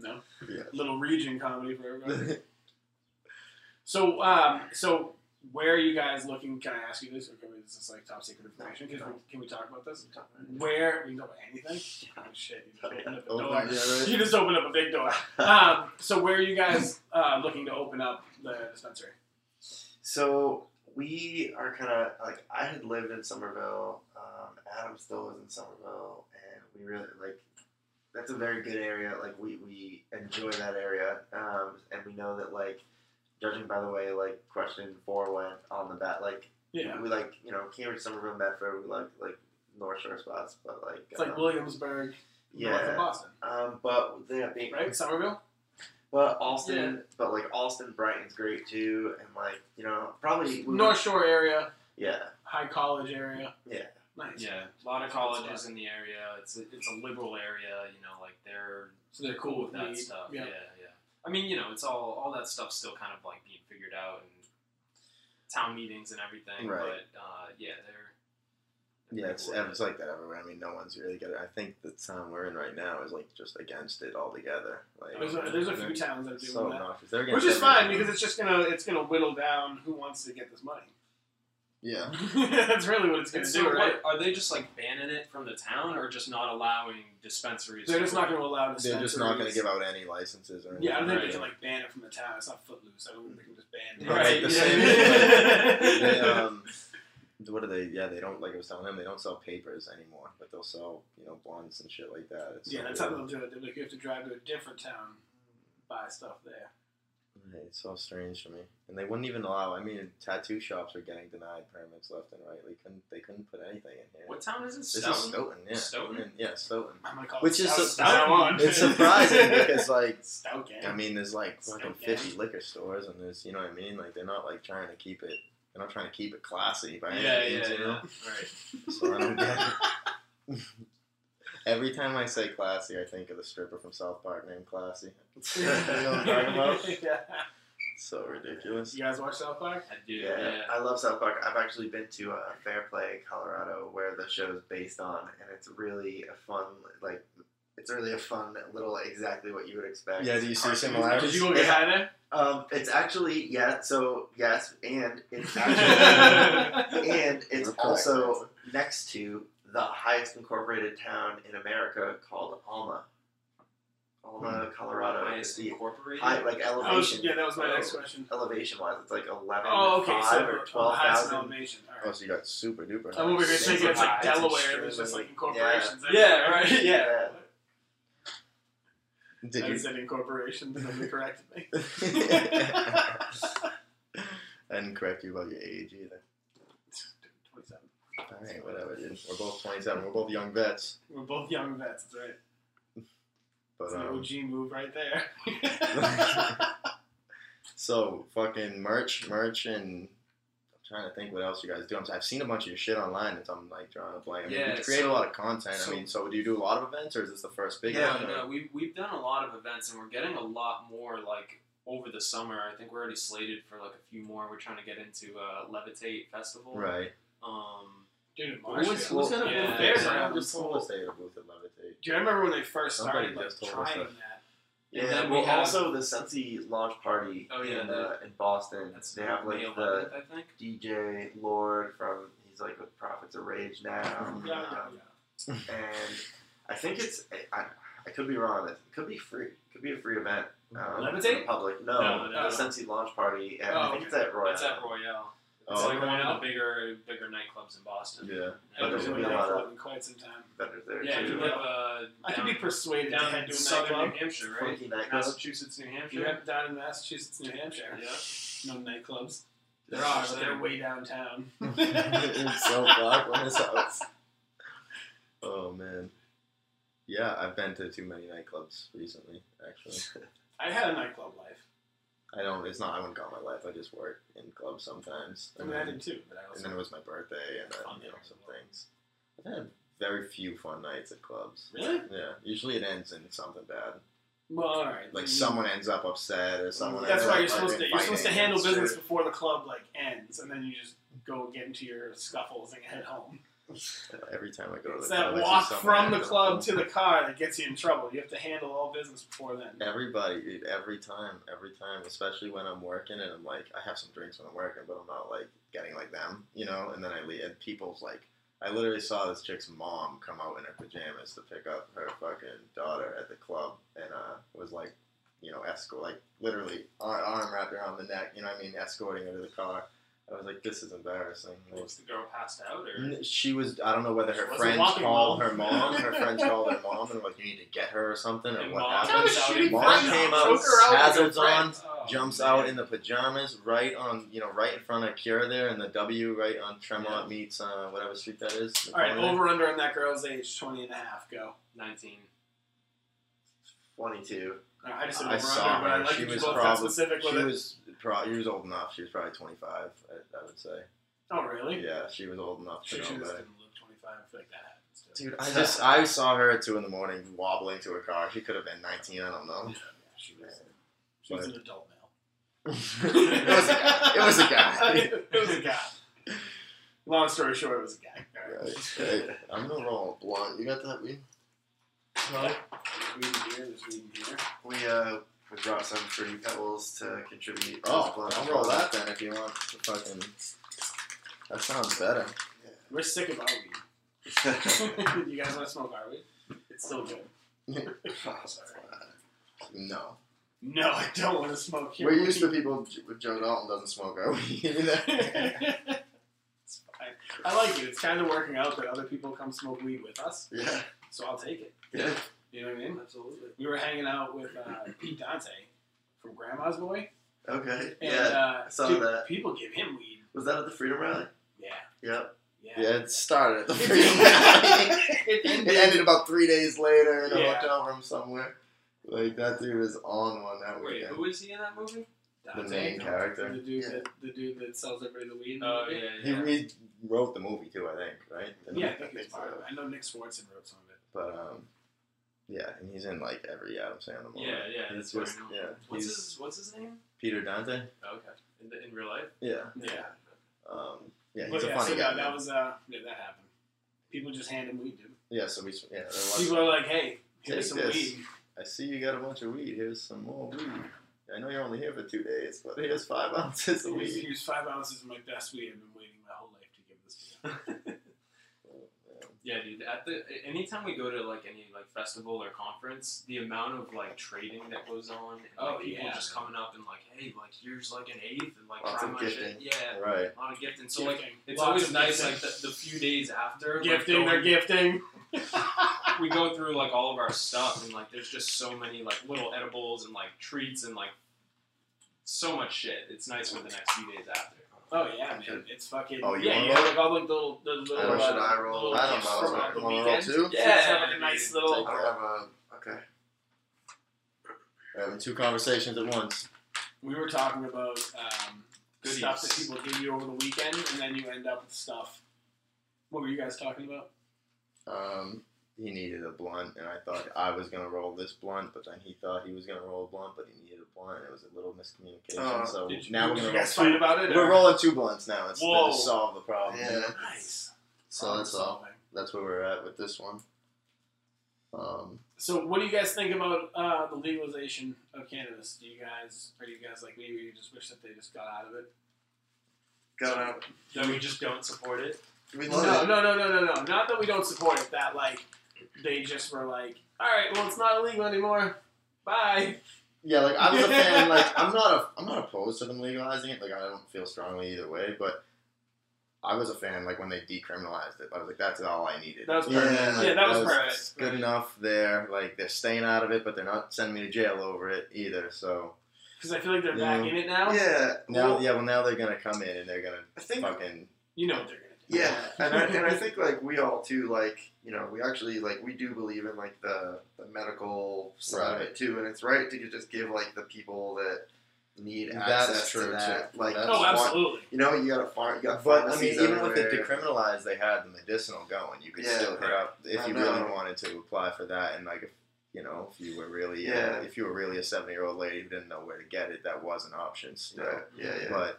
Speaker 4: no.
Speaker 1: Yeah.
Speaker 4: Little region comedy for everybody. So, um, so where are you guys looking? Can I ask you this? Or can we, is this like top secret information? Can, we, can we talk about this? Where we can talk about anything? Oh shit! Oh, You just opened up a
Speaker 1: Open,
Speaker 4: door.
Speaker 1: yeah, right?
Speaker 4: You just opened up a big door.
Speaker 3: Ah,
Speaker 4: Um, so where are you guys uh, looking to open up the dispensary?
Speaker 3: So we are kind of like I had lived in Somerville. Um, Adam still lives in Somerville, and we really like that's a very good area. Like we we enjoy that area, um, and we know that like judging by the way like question four went on the bat, like
Speaker 4: Yeah,
Speaker 3: we like you know Cambridge, Somerville, Medford. We like like North Shore spots, but like
Speaker 4: it's like
Speaker 3: um,
Speaker 4: Williamsburg, north of
Speaker 3: yeah.
Speaker 4: Boston,
Speaker 3: Um, but they have being
Speaker 4: right? Somerville.
Speaker 3: but Alston, but like Alston, Brighton's great too, and like you know probably we-
Speaker 4: North Shore area,
Speaker 3: Yeah,
Speaker 4: High College area.
Speaker 3: Yeah.
Speaker 4: Nice.
Speaker 5: Yeah, a lot of
Speaker 4: That's what's
Speaker 5: colleges in the area. It's a, it's a liberal area, you know, like they're
Speaker 4: So they're cool
Speaker 5: cool
Speaker 4: with
Speaker 5: with that
Speaker 4: weed.
Speaker 5: stuff.
Speaker 4: Yeah.
Speaker 5: Yeah. yeah, I mean, you know, it's all all that stuff's still kind of like being figured out and town meetings and everything.
Speaker 1: Right.
Speaker 5: But uh, yeah, they're.
Speaker 1: Yeah,
Speaker 5: they're
Speaker 1: it's,
Speaker 5: cool with
Speaker 1: it's
Speaker 5: it.
Speaker 1: like that everywhere. I mean, no one's really got it. I think the town we're in right now is like just against it altogether. Like,
Speaker 4: There's a, there's a few
Speaker 1: they're
Speaker 4: towns that are doing
Speaker 1: so
Speaker 4: that,
Speaker 1: obnoxious. They're
Speaker 4: which
Speaker 1: against
Speaker 4: is fine
Speaker 1: everything.
Speaker 4: because it's just gonna it's gonna whittle down who wants to get this money.
Speaker 1: yeah,
Speaker 4: That's really what it's gonna
Speaker 5: And
Speaker 4: do,
Speaker 5: so
Speaker 4: right?
Speaker 5: what, are they just like banning it from the town or just not allowing dispensaries?
Speaker 4: They're
Speaker 5: to
Speaker 4: just not
Speaker 5: open?
Speaker 4: gonna allow dispensaries.
Speaker 1: they're just not going to give out any licenses or anything.
Speaker 4: Yeah, I don't think they
Speaker 5: Right.
Speaker 4: can like ban it from the town. It's not footloose. I don't think they can just ban it.
Speaker 1: But, like, the
Speaker 5: same-
Speaker 1: they, um, what do they? Yeah, they don't like I was telling him. They don't sell papers anymore, but they'll sell you know blunts and shit like that. It's
Speaker 4: yeah,
Speaker 1: so
Speaker 4: that's how
Speaker 1: weird.
Speaker 4: they'll do it. They're like, you have to drive to a different town, buy stuff there.
Speaker 1: Yeah, It's so strange to me, and they wouldn't even allow. I mean, tattoo shops are getting denied permits left and right. They couldn't. They couldn't put anything in here.
Speaker 5: What town is it?
Speaker 1: This
Speaker 5: Stoughton?
Speaker 1: is Stoughton. Yeah,
Speaker 5: Stoughton?
Speaker 1: And- yeah, Stoughton.
Speaker 4: I'm gonna call
Speaker 1: Which
Speaker 4: it
Speaker 1: is
Speaker 4: Stout,
Speaker 1: su-
Speaker 4: Stout on.
Speaker 1: It's surprising because like
Speaker 4: Stout gang.
Speaker 1: I mean, there's like
Speaker 4: Still
Speaker 1: fucking
Speaker 4: can.
Speaker 1: fifty liquor stores, and there's you know what I mean. Like they're not like trying to keep it. They're not trying to keep it classy by
Speaker 5: Yeah,
Speaker 1: any
Speaker 5: yeah,
Speaker 1: means,
Speaker 5: yeah.
Speaker 1: you know.
Speaker 5: Right.
Speaker 1: So I don't get it. Every time I say classy, I think of the stripper from South Park named Classy. You know what I'm talking about?
Speaker 4: yeah.
Speaker 1: So ridiculous.
Speaker 4: You guys watch South Park?
Speaker 5: I do.
Speaker 3: Yeah,
Speaker 5: Yeah.
Speaker 3: I love South Park. I've actually been to uh, Fair Play, Colorado, where the show's based on, and it's really a fun, like, it's really a fun little, exactly what you would expect.
Speaker 1: Yeah, do you see
Speaker 4: Did
Speaker 1: similarities?
Speaker 4: you go get high there?
Speaker 3: Um, it's actually yeah. So yes, and it's actually,
Speaker 4: Actually-
Speaker 3: and it's
Speaker 1: We're
Speaker 3: also next to the highest incorporated town in America called Alma, Alma, Colorado. It's
Speaker 5: Highest
Speaker 3: the
Speaker 5: incorporated.
Speaker 3: high, like
Speaker 4: Oh, sh-
Speaker 3: elevation,
Speaker 4: yeah, that was my
Speaker 5: Oh.
Speaker 4: next question.
Speaker 3: elevation wise, it's like eleven
Speaker 4: Oh, okay.
Speaker 3: five
Speaker 4: So
Speaker 3: or
Speaker 4: oh, the
Speaker 3: twelve
Speaker 4: highest
Speaker 3: thousand.
Speaker 4: elevation.
Speaker 1: Oh,
Speaker 4: All right.
Speaker 1: so you got super duper.
Speaker 4: I'm over here
Speaker 3: Super
Speaker 4: thinking it's like
Speaker 5: high, it's
Speaker 4: Delaware. and There's just like
Speaker 3: extremely-
Speaker 4: incorporations.
Speaker 5: yeah.
Speaker 4: everywhere.
Speaker 5: Right. Yeah.
Speaker 3: yeah.
Speaker 1: Did
Speaker 4: I
Speaker 1: you?
Speaker 4: said incorporations, and then they corrected me.
Speaker 1: I didn't correct you about your age either.
Speaker 4: Twenty-seven.
Speaker 1: All right, whatever. Dude. We're both 27. We're both young vets.
Speaker 4: We're both young vets. That's right.
Speaker 1: But
Speaker 4: It's an
Speaker 1: um,
Speaker 4: OG move right there.
Speaker 1: so fucking merch, merch, and I'm trying to think what else you guys do. I'm, I've seen a bunch of your shit online. It's I'm like drawing a blank. I mean,
Speaker 5: Yeah,
Speaker 1: you create a
Speaker 5: so-
Speaker 1: lot of content.
Speaker 5: so-
Speaker 1: I mean, so do you do a lot of events, or is this the first big
Speaker 3: Yeah,
Speaker 1: one? or-
Speaker 5: no, no, we've we've done a lot of events, and we're getting a lot more like over the summer. I think we're already slated for like a few more. We're trying to get into uh, Levitate Festival.
Speaker 1: Right.
Speaker 5: Um,
Speaker 4: Dude, in
Speaker 1: Who's,
Speaker 4: Marshfield.
Speaker 1: who's gonna
Speaker 5: Yeah.
Speaker 1: booth there?
Speaker 4: Yeah.
Speaker 1: Someone just told us they had a booth at Levitate.
Speaker 4: Do you remember when they first
Speaker 1: Somebody
Speaker 4: started like,
Speaker 1: just told us
Speaker 4: trying
Speaker 1: that.
Speaker 4: that?
Speaker 5: and
Speaker 3: Yeah,
Speaker 5: then
Speaker 3: well,
Speaker 5: we have,
Speaker 3: also the Sensi launch party
Speaker 5: Oh, yeah,
Speaker 3: in,
Speaker 5: the-
Speaker 3: uh, in Boston.
Speaker 5: that's
Speaker 3: they have like
Speaker 5: May
Speaker 3: the
Speaker 5: 11th, I think.
Speaker 3: DJ Lord from he's like with Prophets of Rage now,
Speaker 4: Yeah, yeah,
Speaker 3: um, and I think it's I, I, I could be wrong on this. It could be free. It could be a free event. Um,
Speaker 4: Levitate?
Speaker 3: to the public? No,
Speaker 5: No, no,
Speaker 3: the
Speaker 5: no.
Speaker 3: Sensi launch party. and I
Speaker 4: Oh,
Speaker 3: think it's at Royal.
Speaker 5: It's at Royale. It's
Speaker 1: Oh,
Speaker 5: like
Speaker 4: okay.
Speaker 5: one of the bigger bigger nightclubs in Boston.
Speaker 1: Yeah.
Speaker 3: But
Speaker 4: I
Speaker 3: there's
Speaker 4: haven't been
Speaker 3: gonna be a
Speaker 4: to
Speaker 3: lot of-
Speaker 4: nightclub in quite some time.
Speaker 3: Vendors there
Speaker 5: Yeah,
Speaker 3: too.
Speaker 5: you live uh, down,
Speaker 4: I could be persuaded to
Speaker 5: down
Speaker 4: head
Speaker 5: in
Speaker 4: to a
Speaker 5: southern
Speaker 4: nightclub.
Speaker 5: New Hampshire, right?
Speaker 3: Funky nightclub.
Speaker 5: Massachusetts, New Hampshire.
Speaker 4: You have down in Massachusetts, New Hampshire.
Speaker 5: Yeah.
Speaker 4: No nightclubs.
Speaker 5: There
Speaker 4: There are,
Speaker 5: are,
Speaker 4: but
Speaker 5: there.
Speaker 4: they're way downtown.
Speaker 1: it's so black on his house. Oh man. Yeah, I've been to too many nightclubs recently. Actually,
Speaker 4: I had a nightclub life.
Speaker 1: I don't. It's not. I wouldn't call it my life. I just work in clubs sometimes.
Speaker 4: I
Speaker 1: And
Speaker 4: mean, I
Speaker 1: then,
Speaker 4: did too, but I
Speaker 1: and
Speaker 4: also
Speaker 1: then it was my birthday, and then you know some things. I've had very few fun nights at clubs.
Speaker 4: really.
Speaker 1: Yeah, usually it ends in something bad.
Speaker 4: Well, all right.
Speaker 1: Like
Speaker 4: You-
Speaker 1: someone ends up upset, or someone.
Speaker 4: Mm. That's
Speaker 1: ends
Speaker 4: why
Speaker 1: up,
Speaker 4: you're
Speaker 1: like,
Speaker 4: supposed to. You're supposed to handle
Speaker 1: fighting.
Speaker 4: business before the club like ends, and then you just go get into your scuffles and head home.
Speaker 1: Every time I go to the
Speaker 4: It's
Speaker 1: club,
Speaker 4: that
Speaker 1: I see
Speaker 4: walk
Speaker 1: someone
Speaker 4: from the
Speaker 1: ends up
Speaker 4: club to the car that gets you in trouble. You have to handle all business before then.
Speaker 1: Everybody, dude, every time, every time, especially when I'm working and I'm like, I have some drinks when I'm working, but I'm not like getting like them, you know. And then I leave, and people's like, I literally saw this chick's mom come out in her pajamas to pick up her fucking daughter at the club, and uh, was like, you know, escort, like literally ar- arm wrapped around the neck, you know what I mean, escorting her to the car. I was like, this is embarrassing. Like,
Speaker 5: Was the girl passed out or?
Speaker 1: N- She was. I don't know whether her
Speaker 4: Wasn't
Speaker 1: friends
Speaker 4: walking
Speaker 1: called
Speaker 4: well.
Speaker 1: her mom. Her friends called her mom and were like, "You need to get her or something." Or
Speaker 5: And
Speaker 1: what
Speaker 5: mom
Speaker 1: happened?
Speaker 5: comes out in
Speaker 1: Mom
Speaker 5: front of
Speaker 1: came
Speaker 5: them.
Speaker 1: out,
Speaker 5: Choke her with her
Speaker 1: hazards on,
Speaker 5: friends. Oh,
Speaker 1: Jumps
Speaker 5: man.
Speaker 1: out in the pajamas, right on, you know, right in front of Kira there, and the W right on Tremont meets uh, whatever street that is.
Speaker 4: All right,
Speaker 1: Napoleon.
Speaker 4: over under on that girl's age 20 and a half. Go.
Speaker 5: Nineteen.
Speaker 3: Twenty-two.
Speaker 4: All right, I just said
Speaker 1: I
Speaker 4: over
Speaker 1: saw
Speaker 4: under, but I
Speaker 1: her.
Speaker 4: like
Speaker 1: She
Speaker 4: that you
Speaker 1: was
Speaker 4: both got
Speaker 1: probably-
Speaker 4: specific with
Speaker 1: She
Speaker 4: it.
Speaker 1: was pro- she was old enough. She was probably twenty five. I, I would say.
Speaker 4: oh, really?
Speaker 1: Yeah, she was old enough to
Speaker 4: Sure, she
Speaker 1: know
Speaker 4: just
Speaker 1: better.
Speaker 4: didn't look 25. I feel like that happens too.
Speaker 1: Dude, I just I saw her at two in the morning wobbling to her car. She could have been nineteen. I don't
Speaker 4: Yeah,
Speaker 1: know.
Speaker 4: she was. She was an adult male.
Speaker 1: it was a guy. It was a guy.
Speaker 4: it was a guy. Long story short, it was a guy. All right.
Speaker 1: Right, right. I'm gonna roll a blunt. You got that weed?
Speaker 4: Reading here, there's reading here.
Speaker 3: We uh we brought some fruity pebbles to contribute. to this
Speaker 1: Oh,
Speaker 3: lunch
Speaker 1: I'll roll
Speaker 3: party.
Speaker 1: that then if you want to fucking. That sounds better.
Speaker 4: We're sick of our weed. you guys want to smoke our weed? It's still good.
Speaker 1: No,
Speaker 4: No, I don't want to smoke your
Speaker 1: we're
Speaker 4: weed.
Speaker 1: used to people. J- Joe Dalton doesn't smoke our weed.
Speaker 4: it's fine. I like it. It's kind of working out that other people come smoke weed with us,
Speaker 3: Yeah.
Speaker 4: so I'll take it.
Speaker 3: Yeah.
Speaker 4: You know what I mean? Absolutely. We were hanging out with uh, Pete Dante from Grandma's Boy,
Speaker 3: Okay.
Speaker 4: and
Speaker 3: yeah.
Speaker 4: uh,
Speaker 3: I saw
Speaker 4: dude,
Speaker 3: that.
Speaker 4: people give him weed.
Speaker 3: Was that at the Freedom Rally?
Speaker 4: Yeah,
Speaker 3: Yep.
Speaker 4: yeah.
Speaker 1: yeah, it started at the
Speaker 4: It-
Speaker 1: freedom. Rally.
Speaker 4: it
Speaker 1: it
Speaker 4: ended.
Speaker 1: ended about three days later in a
Speaker 4: Yeah.
Speaker 1: hotel room somewhere. Like that dude was on one that
Speaker 5: Wait,
Speaker 1: weekend.
Speaker 5: who is he in that movie?
Speaker 1: The
Speaker 4: Dante,
Speaker 1: main character.
Speaker 4: The dude,
Speaker 3: Yeah.
Speaker 4: that, the dude that sells everybody the weed. in the
Speaker 5: Oh
Speaker 4: movie.
Speaker 5: yeah,
Speaker 1: He
Speaker 5: yeah.
Speaker 1: re- wrote the movie too, I think, right?
Speaker 4: Yeah, I think it's
Speaker 1: so.
Speaker 4: part of it. I know Nick Swartzen wrote some of it.
Speaker 1: But um, Yeah, and he's in like every Adam Sandler movie.
Speaker 5: Yeah, yeah,
Speaker 1: He's
Speaker 5: that's where I
Speaker 1: just-
Speaker 5: know.
Speaker 1: yeah.
Speaker 5: What's
Speaker 1: he's
Speaker 5: his What's his name?
Speaker 1: Peter Dante.
Speaker 5: Okay, in, the, in real life.
Speaker 1: Yeah.
Speaker 4: Yeah.
Speaker 1: Um, yeah,
Speaker 4: But
Speaker 1: he's a
Speaker 4: yeah,
Speaker 1: funny
Speaker 4: so
Speaker 1: guy.
Speaker 4: that,
Speaker 1: man.
Speaker 4: that was uh, yeah, that happened. People just hand him weed, dude.
Speaker 1: yeah, so we s- yeah. there was-
Speaker 4: People are like, hey, here's
Speaker 1: Take
Speaker 4: some
Speaker 1: this.
Speaker 4: weed.
Speaker 1: I see you got a bunch of weed. Here's some more weed. I know you're only here for two days, but here's five ounces of
Speaker 4: Here's,
Speaker 1: weed.
Speaker 4: here's five ounces of my best weed. I've been waiting my whole life to give this to you.
Speaker 5: Yeah, dude. At the anytime we go to like any like festival or conference, the amount of like trading that goes on, and, like,
Speaker 4: Oh,
Speaker 5: people
Speaker 4: yeah.
Speaker 5: just coming up and like, hey, like here's like an eighth, and like
Speaker 3: Lots
Speaker 5: try
Speaker 3: of
Speaker 5: my
Speaker 3: gifting.
Speaker 5: shit. Yeah,
Speaker 1: Right.
Speaker 5: a lot of gifting. So like,
Speaker 4: Gifting.
Speaker 5: it's
Speaker 4: Lots
Speaker 5: always
Speaker 4: of
Speaker 5: nice
Speaker 4: gifting.
Speaker 5: like the, the few days after like,
Speaker 4: gifting,
Speaker 5: going-
Speaker 4: they're gifting.
Speaker 5: we go through like all of our stuff and like there's just so many like little edibles and like treats and like so much shit. It's nice for the next few days after.
Speaker 4: Oh yeah, man, it's fucking.
Speaker 1: Oh, you
Speaker 4: yeah,
Speaker 1: wanna
Speaker 4: you
Speaker 1: roll?
Speaker 4: have like all like the little, the little.
Speaker 3: Or
Speaker 4: uh,
Speaker 3: should I roll?
Speaker 4: little
Speaker 1: I don't
Speaker 4: gifts
Speaker 1: know.
Speaker 4: from
Speaker 1: Wanna
Speaker 4: the
Speaker 1: roll
Speaker 4: weekend.
Speaker 1: too?
Speaker 4: Yeah, it's
Speaker 5: Yeah,
Speaker 4: like a nice
Speaker 5: dude.
Speaker 4: little.
Speaker 3: I have a okay.
Speaker 1: We're having two conversations at once.
Speaker 4: We were talking about um,
Speaker 5: Goodies.
Speaker 4: stuff that people give you over the weekend, and then you end up with stuff. What were you guys talking about?
Speaker 1: Um, he needed a blunt, and I thought I was gonna roll this blunt, but then he thought he was gonna roll a blunt, but he needed a blunt, and it was a little miscommunication.
Speaker 3: Oh,
Speaker 1: so
Speaker 4: Did you,
Speaker 1: now we're
Speaker 4: did
Speaker 1: gonna
Speaker 4: you
Speaker 1: roll
Speaker 4: guys fight
Speaker 1: two.
Speaker 4: about it?
Speaker 1: We're
Speaker 4: or-
Speaker 1: rolling two blunts now. It's
Speaker 4: Whoa.
Speaker 1: to solve the problem.
Speaker 3: Yeah.
Speaker 1: you know?
Speaker 4: Nice.
Speaker 1: So that's all.
Speaker 4: Problem solving.
Speaker 1: That's where we're at with this one. Um,
Speaker 4: So, what do you guys think about uh, the legalization of cannabis? Do you guys are you guys like me, where you just wish that they just got out of it?
Speaker 3: Got up.
Speaker 5: Then we just don't support it.
Speaker 3: We
Speaker 4: No,
Speaker 3: love it.
Speaker 4: no, no, no, no, no. Not that we don't support it. That like they just were like, all right, well, it's not illegal anymore. Bye.
Speaker 1: yeah, like I was a fan. Like I'm not a, I'm not opposed to them legalizing it. Like I don't feel strongly either way, but I was a fan. Like when they decriminalized it, I was like, that's all I needed.
Speaker 4: That was
Speaker 1: You know,
Speaker 4: perfect.
Speaker 3: Yeah,
Speaker 4: Yeah,
Speaker 1: like,
Speaker 4: that was perfect.
Speaker 1: good enough there. Like they're staying out of it, but they're not sending me to jail over it either. So
Speaker 4: Because I feel like they're
Speaker 1: Yeah.
Speaker 4: back in it now.
Speaker 3: Yeah.
Speaker 1: now,
Speaker 3: well,
Speaker 1: yeah, well now they're gonna come in and they're gonna
Speaker 3: I think
Speaker 1: fucking
Speaker 4: You know what they're gonna do.
Speaker 3: Yeah, and I, and I think like we all too like you know we actually like we do believe in like the, the medical side of it too, and it's right to just give like the people that need
Speaker 1: That's
Speaker 3: access
Speaker 1: true,
Speaker 3: to that
Speaker 1: too.
Speaker 3: like
Speaker 1: That's
Speaker 4: Oh,
Speaker 1: true.
Speaker 3: farm-
Speaker 4: absolutely.
Speaker 3: you know you got a farm you got
Speaker 1: But I mean,
Speaker 3: pharmacies
Speaker 1: even with it
Speaker 3: everywhere.
Speaker 1: decriminalized, they had the medicinal going. You could
Speaker 3: Yeah.
Speaker 1: still hit up if
Speaker 3: I
Speaker 1: you
Speaker 3: know.
Speaker 1: really wanted to apply for that, and like if you know if you were really
Speaker 3: Yeah.
Speaker 1: uh, if you were really a seventy year old lady who didn't know where to get it, that was an option still.
Speaker 3: Right, yeah yeah
Speaker 1: But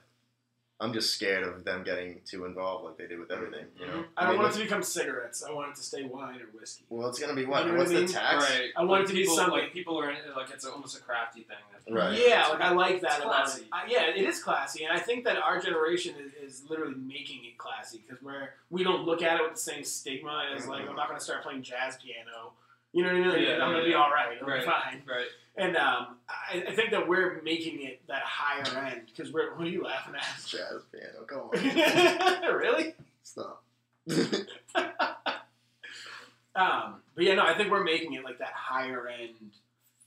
Speaker 1: I'm just scared of them getting too involved, like they did with everything. You know,
Speaker 4: Mm-hmm. I don't
Speaker 1: mean,
Speaker 4: want it to become cigarettes. I want it to stay wine or whiskey.
Speaker 1: Well, it's gonna be what?
Speaker 4: You know what
Speaker 1: What's
Speaker 4: I
Speaker 1: the
Speaker 4: mean?
Speaker 1: tax?
Speaker 5: Right.
Speaker 4: I want
Speaker 5: like
Speaker 4: it to be
Speaker 5: people,
Speaker 4: something-
Speaker 5: like people are in, like it's almost a crafty thing. That
Speaker 1: Right.
Speaker 4: Yeah, like I like that
Speaker 5: It's
Speaker 4: about it.
Speaker 5: classy.
Speaker 4: I, yeah, it is classy, and I think that our generation is, is literally making it classy because we're we don't look at it with the same stigma as like I'm not going to start playing jazz piano. You know what I mean? Like,
Speaker 5: Mm-hmm. Yeah,
Speaker 4: I'm going to be
Speaker 5: yeah.
Speaker 4: all right. I'm
Speaker 5: Right.
Speaker 4: fine.
Speaker 5: Right.
Speaker 4: And um, I, I think that we're making it that higher end because we're. What are you laughing
Speaker 1: Jazz piano. Come on,
Speaker 4: at? really?
Speaker 1: stop.
Speaker 4: Um, but yeah, no, I think we're making it like that higher end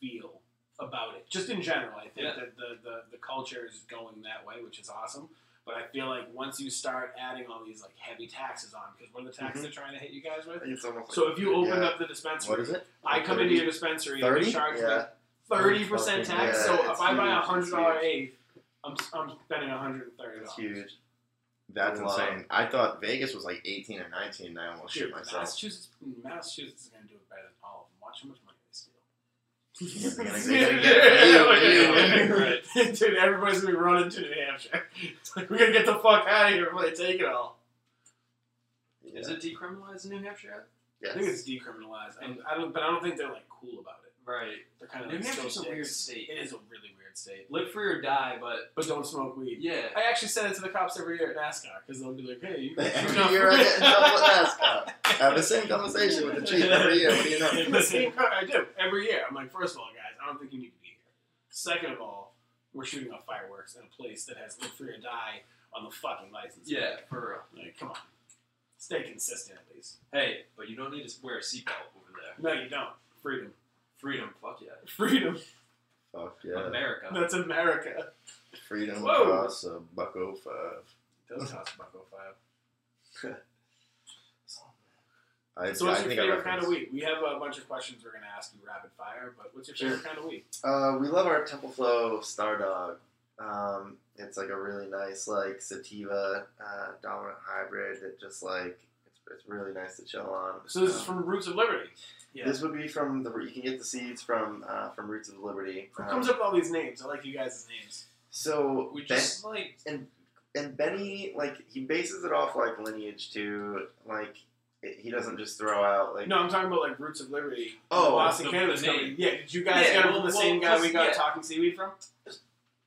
Speaker 4: feel about it. Just in general, I think
Speaker 5: Yeah.
Speaker 4: that the, the the culture is going that way, which is awesome. But I feel like once you start adding all these like heavy taxes on, because what are the taxes they're trying to hit you guys with?
Speaker 3: it's almost
Speaker 4: So if you open
Speaker 3: Mm-hmm. Yeah.
Speaker 4: up the dispensary,
Speaker 1: What is it?
Speaker 4: I come into your dispensary and you
Speaker 1: 30?
Speaker 4: charge me
Speaker 3: Yeah.
Speaker 4: thirty percent
Speaker 1: Fucking-
Speaker 4: tax.
Speaker 3: yeah,
Speaker 4: so if
Speaker 3: it's
Speaker 4: I buy a
Speaker 3: huge, it's
Speaker 4: hundred dollar
Speaker 3: huge.
Speaker 4: eighth, I'm I'm spending hundred and thirty
Speaker 3: it's
Speaker 4: dollars.
Speaker 3: huge
Speaker 1: That's
Speaker 3: Wow.
Speaker 1: insane. I thought Vegas was like 18 or 19, and I almost shit
Speaker 4: Dude,
Speaker 1: myself.
Speaker 4: Massachusetts, Massachusetts is gonna do it better than all of them. Watch how much money they steal.
Speaker 1: They're gonna- they're gonna get it.
Speaker 5: Right.
Speaker 4: Dude, everybody's gonna be running to New Hampshire. It's like we're gonna get the fuck out of here before they take it all.
Speaker 1: Yeah.
Speaker 5: Is it decriminalized in New Hampshire? yet?
Speaker 3: yes.
Speaker 4: I think it's decriminalized, and I don't, but I don't think they're like cool about it.
Speaker 5: Right.
Speaker 4: They're kind of
Speaker 5: New
Speaker 4: like,
Speaker 5: Hampshire's
Speaker 4: so
Speaker 5: a weird
Speaker 4: dicks.
Speaker 5: state.
Speaker 4: It is a really weird state,
Speaker 5: Live free or die, but
Speaker 4: but don't smoke weed.
Speaker 5: yeah.
Speaker 4: I actually send it to the cops every year at NASCAR because they'll be like, "Hey, you guys
Speaker 1: Every
Speaker 4: don't-
Speaker 1: year I get in trouble with NASCAR. I have the same conversation with the chief every year. What do you know?
Speaker 4: The same car I do every year. I'm like, first of all, guys, I don't think you need to be here. Second of all, we're shooting off fireworks in a place that has live free or die on the fucking license.
Speaker 5: Yeah, for real.
Speaker 4: plate. Like, come on. Stay consistent at least.
Speaker 5: Hey, but you don't need to wear a seatbelt over there.
Speaker 4: No, you don't. Freedom.
Speaker 5: Freedom, fuck yeah.
Speaker 4: Freedom.
Speaker 1: Fuck yeah.
Speaker 5: America.
Speaker 4: That's America.
Speaker 1: Freedom
Speaker 4: Whoa.
Speaker 1: costs a buck oh five.
Speaker 4: It does cost buck oh five.
Speaker 1: I,
Speaker 4: So what's
Speaker 1: I
Speaker 4: your
Speaker 1: think I
Speaker 4: favorite kind of
Speaker 1: referenced-
Speaker 4: weed? We have a bunch of questions we're gonna ask you rapid fire, but what's your favorite kind of weed?
Speaker 3: Uh, we love our Temple Flow Star Dog. Um, it's like a really nice like sativa uh, dominant hybrid that just like it's It's really nice to chill on.
Speaker 4: So this is
Speaker 3: Um,
Speaker 4: from Roots of Liberty. Yeah.
Speaker 3: This would be from the. You can get the seeds from uh, from Roots of Liberty.
Speaker 4: Who comes
Speaker 3: Um,
Speaker 4: up with all these names? I like you guys' names.
Speaker 3: So
Speaker 5: We
Speaker 3: Ben-
Speaker 5: just like
Speaker 3: and Benny like he bases it off like lineage too. Like it, he doesn't just throw out like
Speaker 4: No, I'm talking about like Roots of Liberty.
Speaker 3: Oh,
Speaker 4: Boston
Speaker 5: the-
Speaker 4: Cannabis
Speaker 5: the name.
Speaker 4: Company. Yeah, did you guys
Speaker 5: Yeah,
Speaker 4: get it
Speaker 5: well-
Speaker 4: from the
Speaker 5: well,
Speaker 4: same guy
Speaker 5: just-
Speaker 4: we got
Speaker 5: yeah.
Speaker 4: talking seaweed from?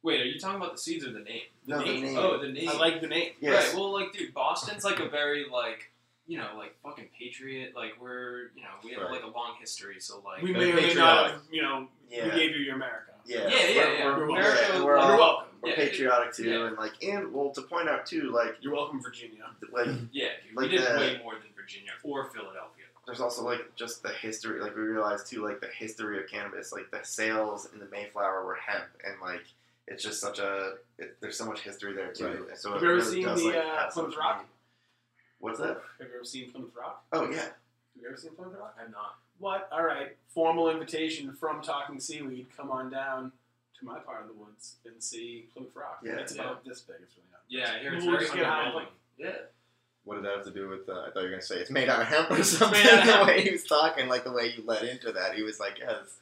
Speaker 5: wait, are you talking about the seeds or the name?
Speaker 3: no, the
Speaker 4: name.
Speaker 3: name.
Speaker 5: Oh, the name.
Speaker 4: I like the name.
Speaker 3: yes.
Speaker 5: Right. Well, like, dude, Boston's like a very like, you know, like fucking patriot. Like, we're you know we have
Speaker 1: Right.
Speaker 5: like a long history. So like,
Speaker 4: We
Speaker 1: They're
Speaker 4: may or may not
Speaker 1: patriotic.
Speaker 4: have, you know,
Speaker 3: Yeah.
Speaker 4: we gave you your America.
Speaker 3: Yeah.
Speaker 5: Yeah, yeah,
Speaker 3: We're-
Speaker 5: yeah.
Speaker 3: We're, we're,
Speaker 5: America,
Speaker 3: yeah,
Speaker 4: You're
Speaker 3: we're, all-
Speaker 4: welcome.
Speaker 3: we're
Speaker 5: Yeah, it-
Speaker 3: patriotic too,
Speaker 5: yeah.
Speaker 3: and like, and well, to point out too, like,
Speaker 4: You're welcome, Virginia.
Speaker 3: like
Speaker 5: yeah, dude,
Speaker 3: Like
Speaker 5: we did
Speaker 3: the-
Speaker 5: way more than Virginia or Philadelphia.
Speaker 3: there's also like just the history like we realized too like the history of cannabis like the sales in the mayflower were hemp and like it's just such a it, there's so much history there too
Speaker 1: Right.
Speaker 3: And so
Speaker 4: Have
Speaker 3: it
Speaker 4: you ever
Speaker 3: really
Speaker 4: seen
Speaker 3: does,
Speaker 4: the,
Speaker 3: like,
Speaker 4: uh,
Speaker 3: have so
Speaker 4: Plymouth
Speaker 3: much
Speaker 4: Rock?
Speaker 3: meaning. what's that
Speaker 4: Have you ever seen Plymouth Rock?
Speaker 3: oh yeah
Speaker 4: Have you ever seen Plymouth Rock?
Speaker 5: I'm not.
Speaker 4: What? All right. Formal invitation from Talking Seaweed. Come on down to my part of the woods and see Plymouth Rock.
Speaker 3: Yeah.
Speaker 4: It's about this big. It's really not.
Speaker 5: Yeah, I hear it's
Speaker 4: We'll
Speaker 5: very
Speaker 4: just get high and
Speaker 5: underwhelming.
Speaker 4: play.
Speaker 5: Yeah.
Speaker 1: What did that have to do with? Uh, I thought you were gonna say it's made out of hemp or something.
Speaker 5: made out of
Speaker 1: the
Speaker 5: hemp.
Speaker 1: way he was talking, like the way you led into that, he was like, "Yeah, it's-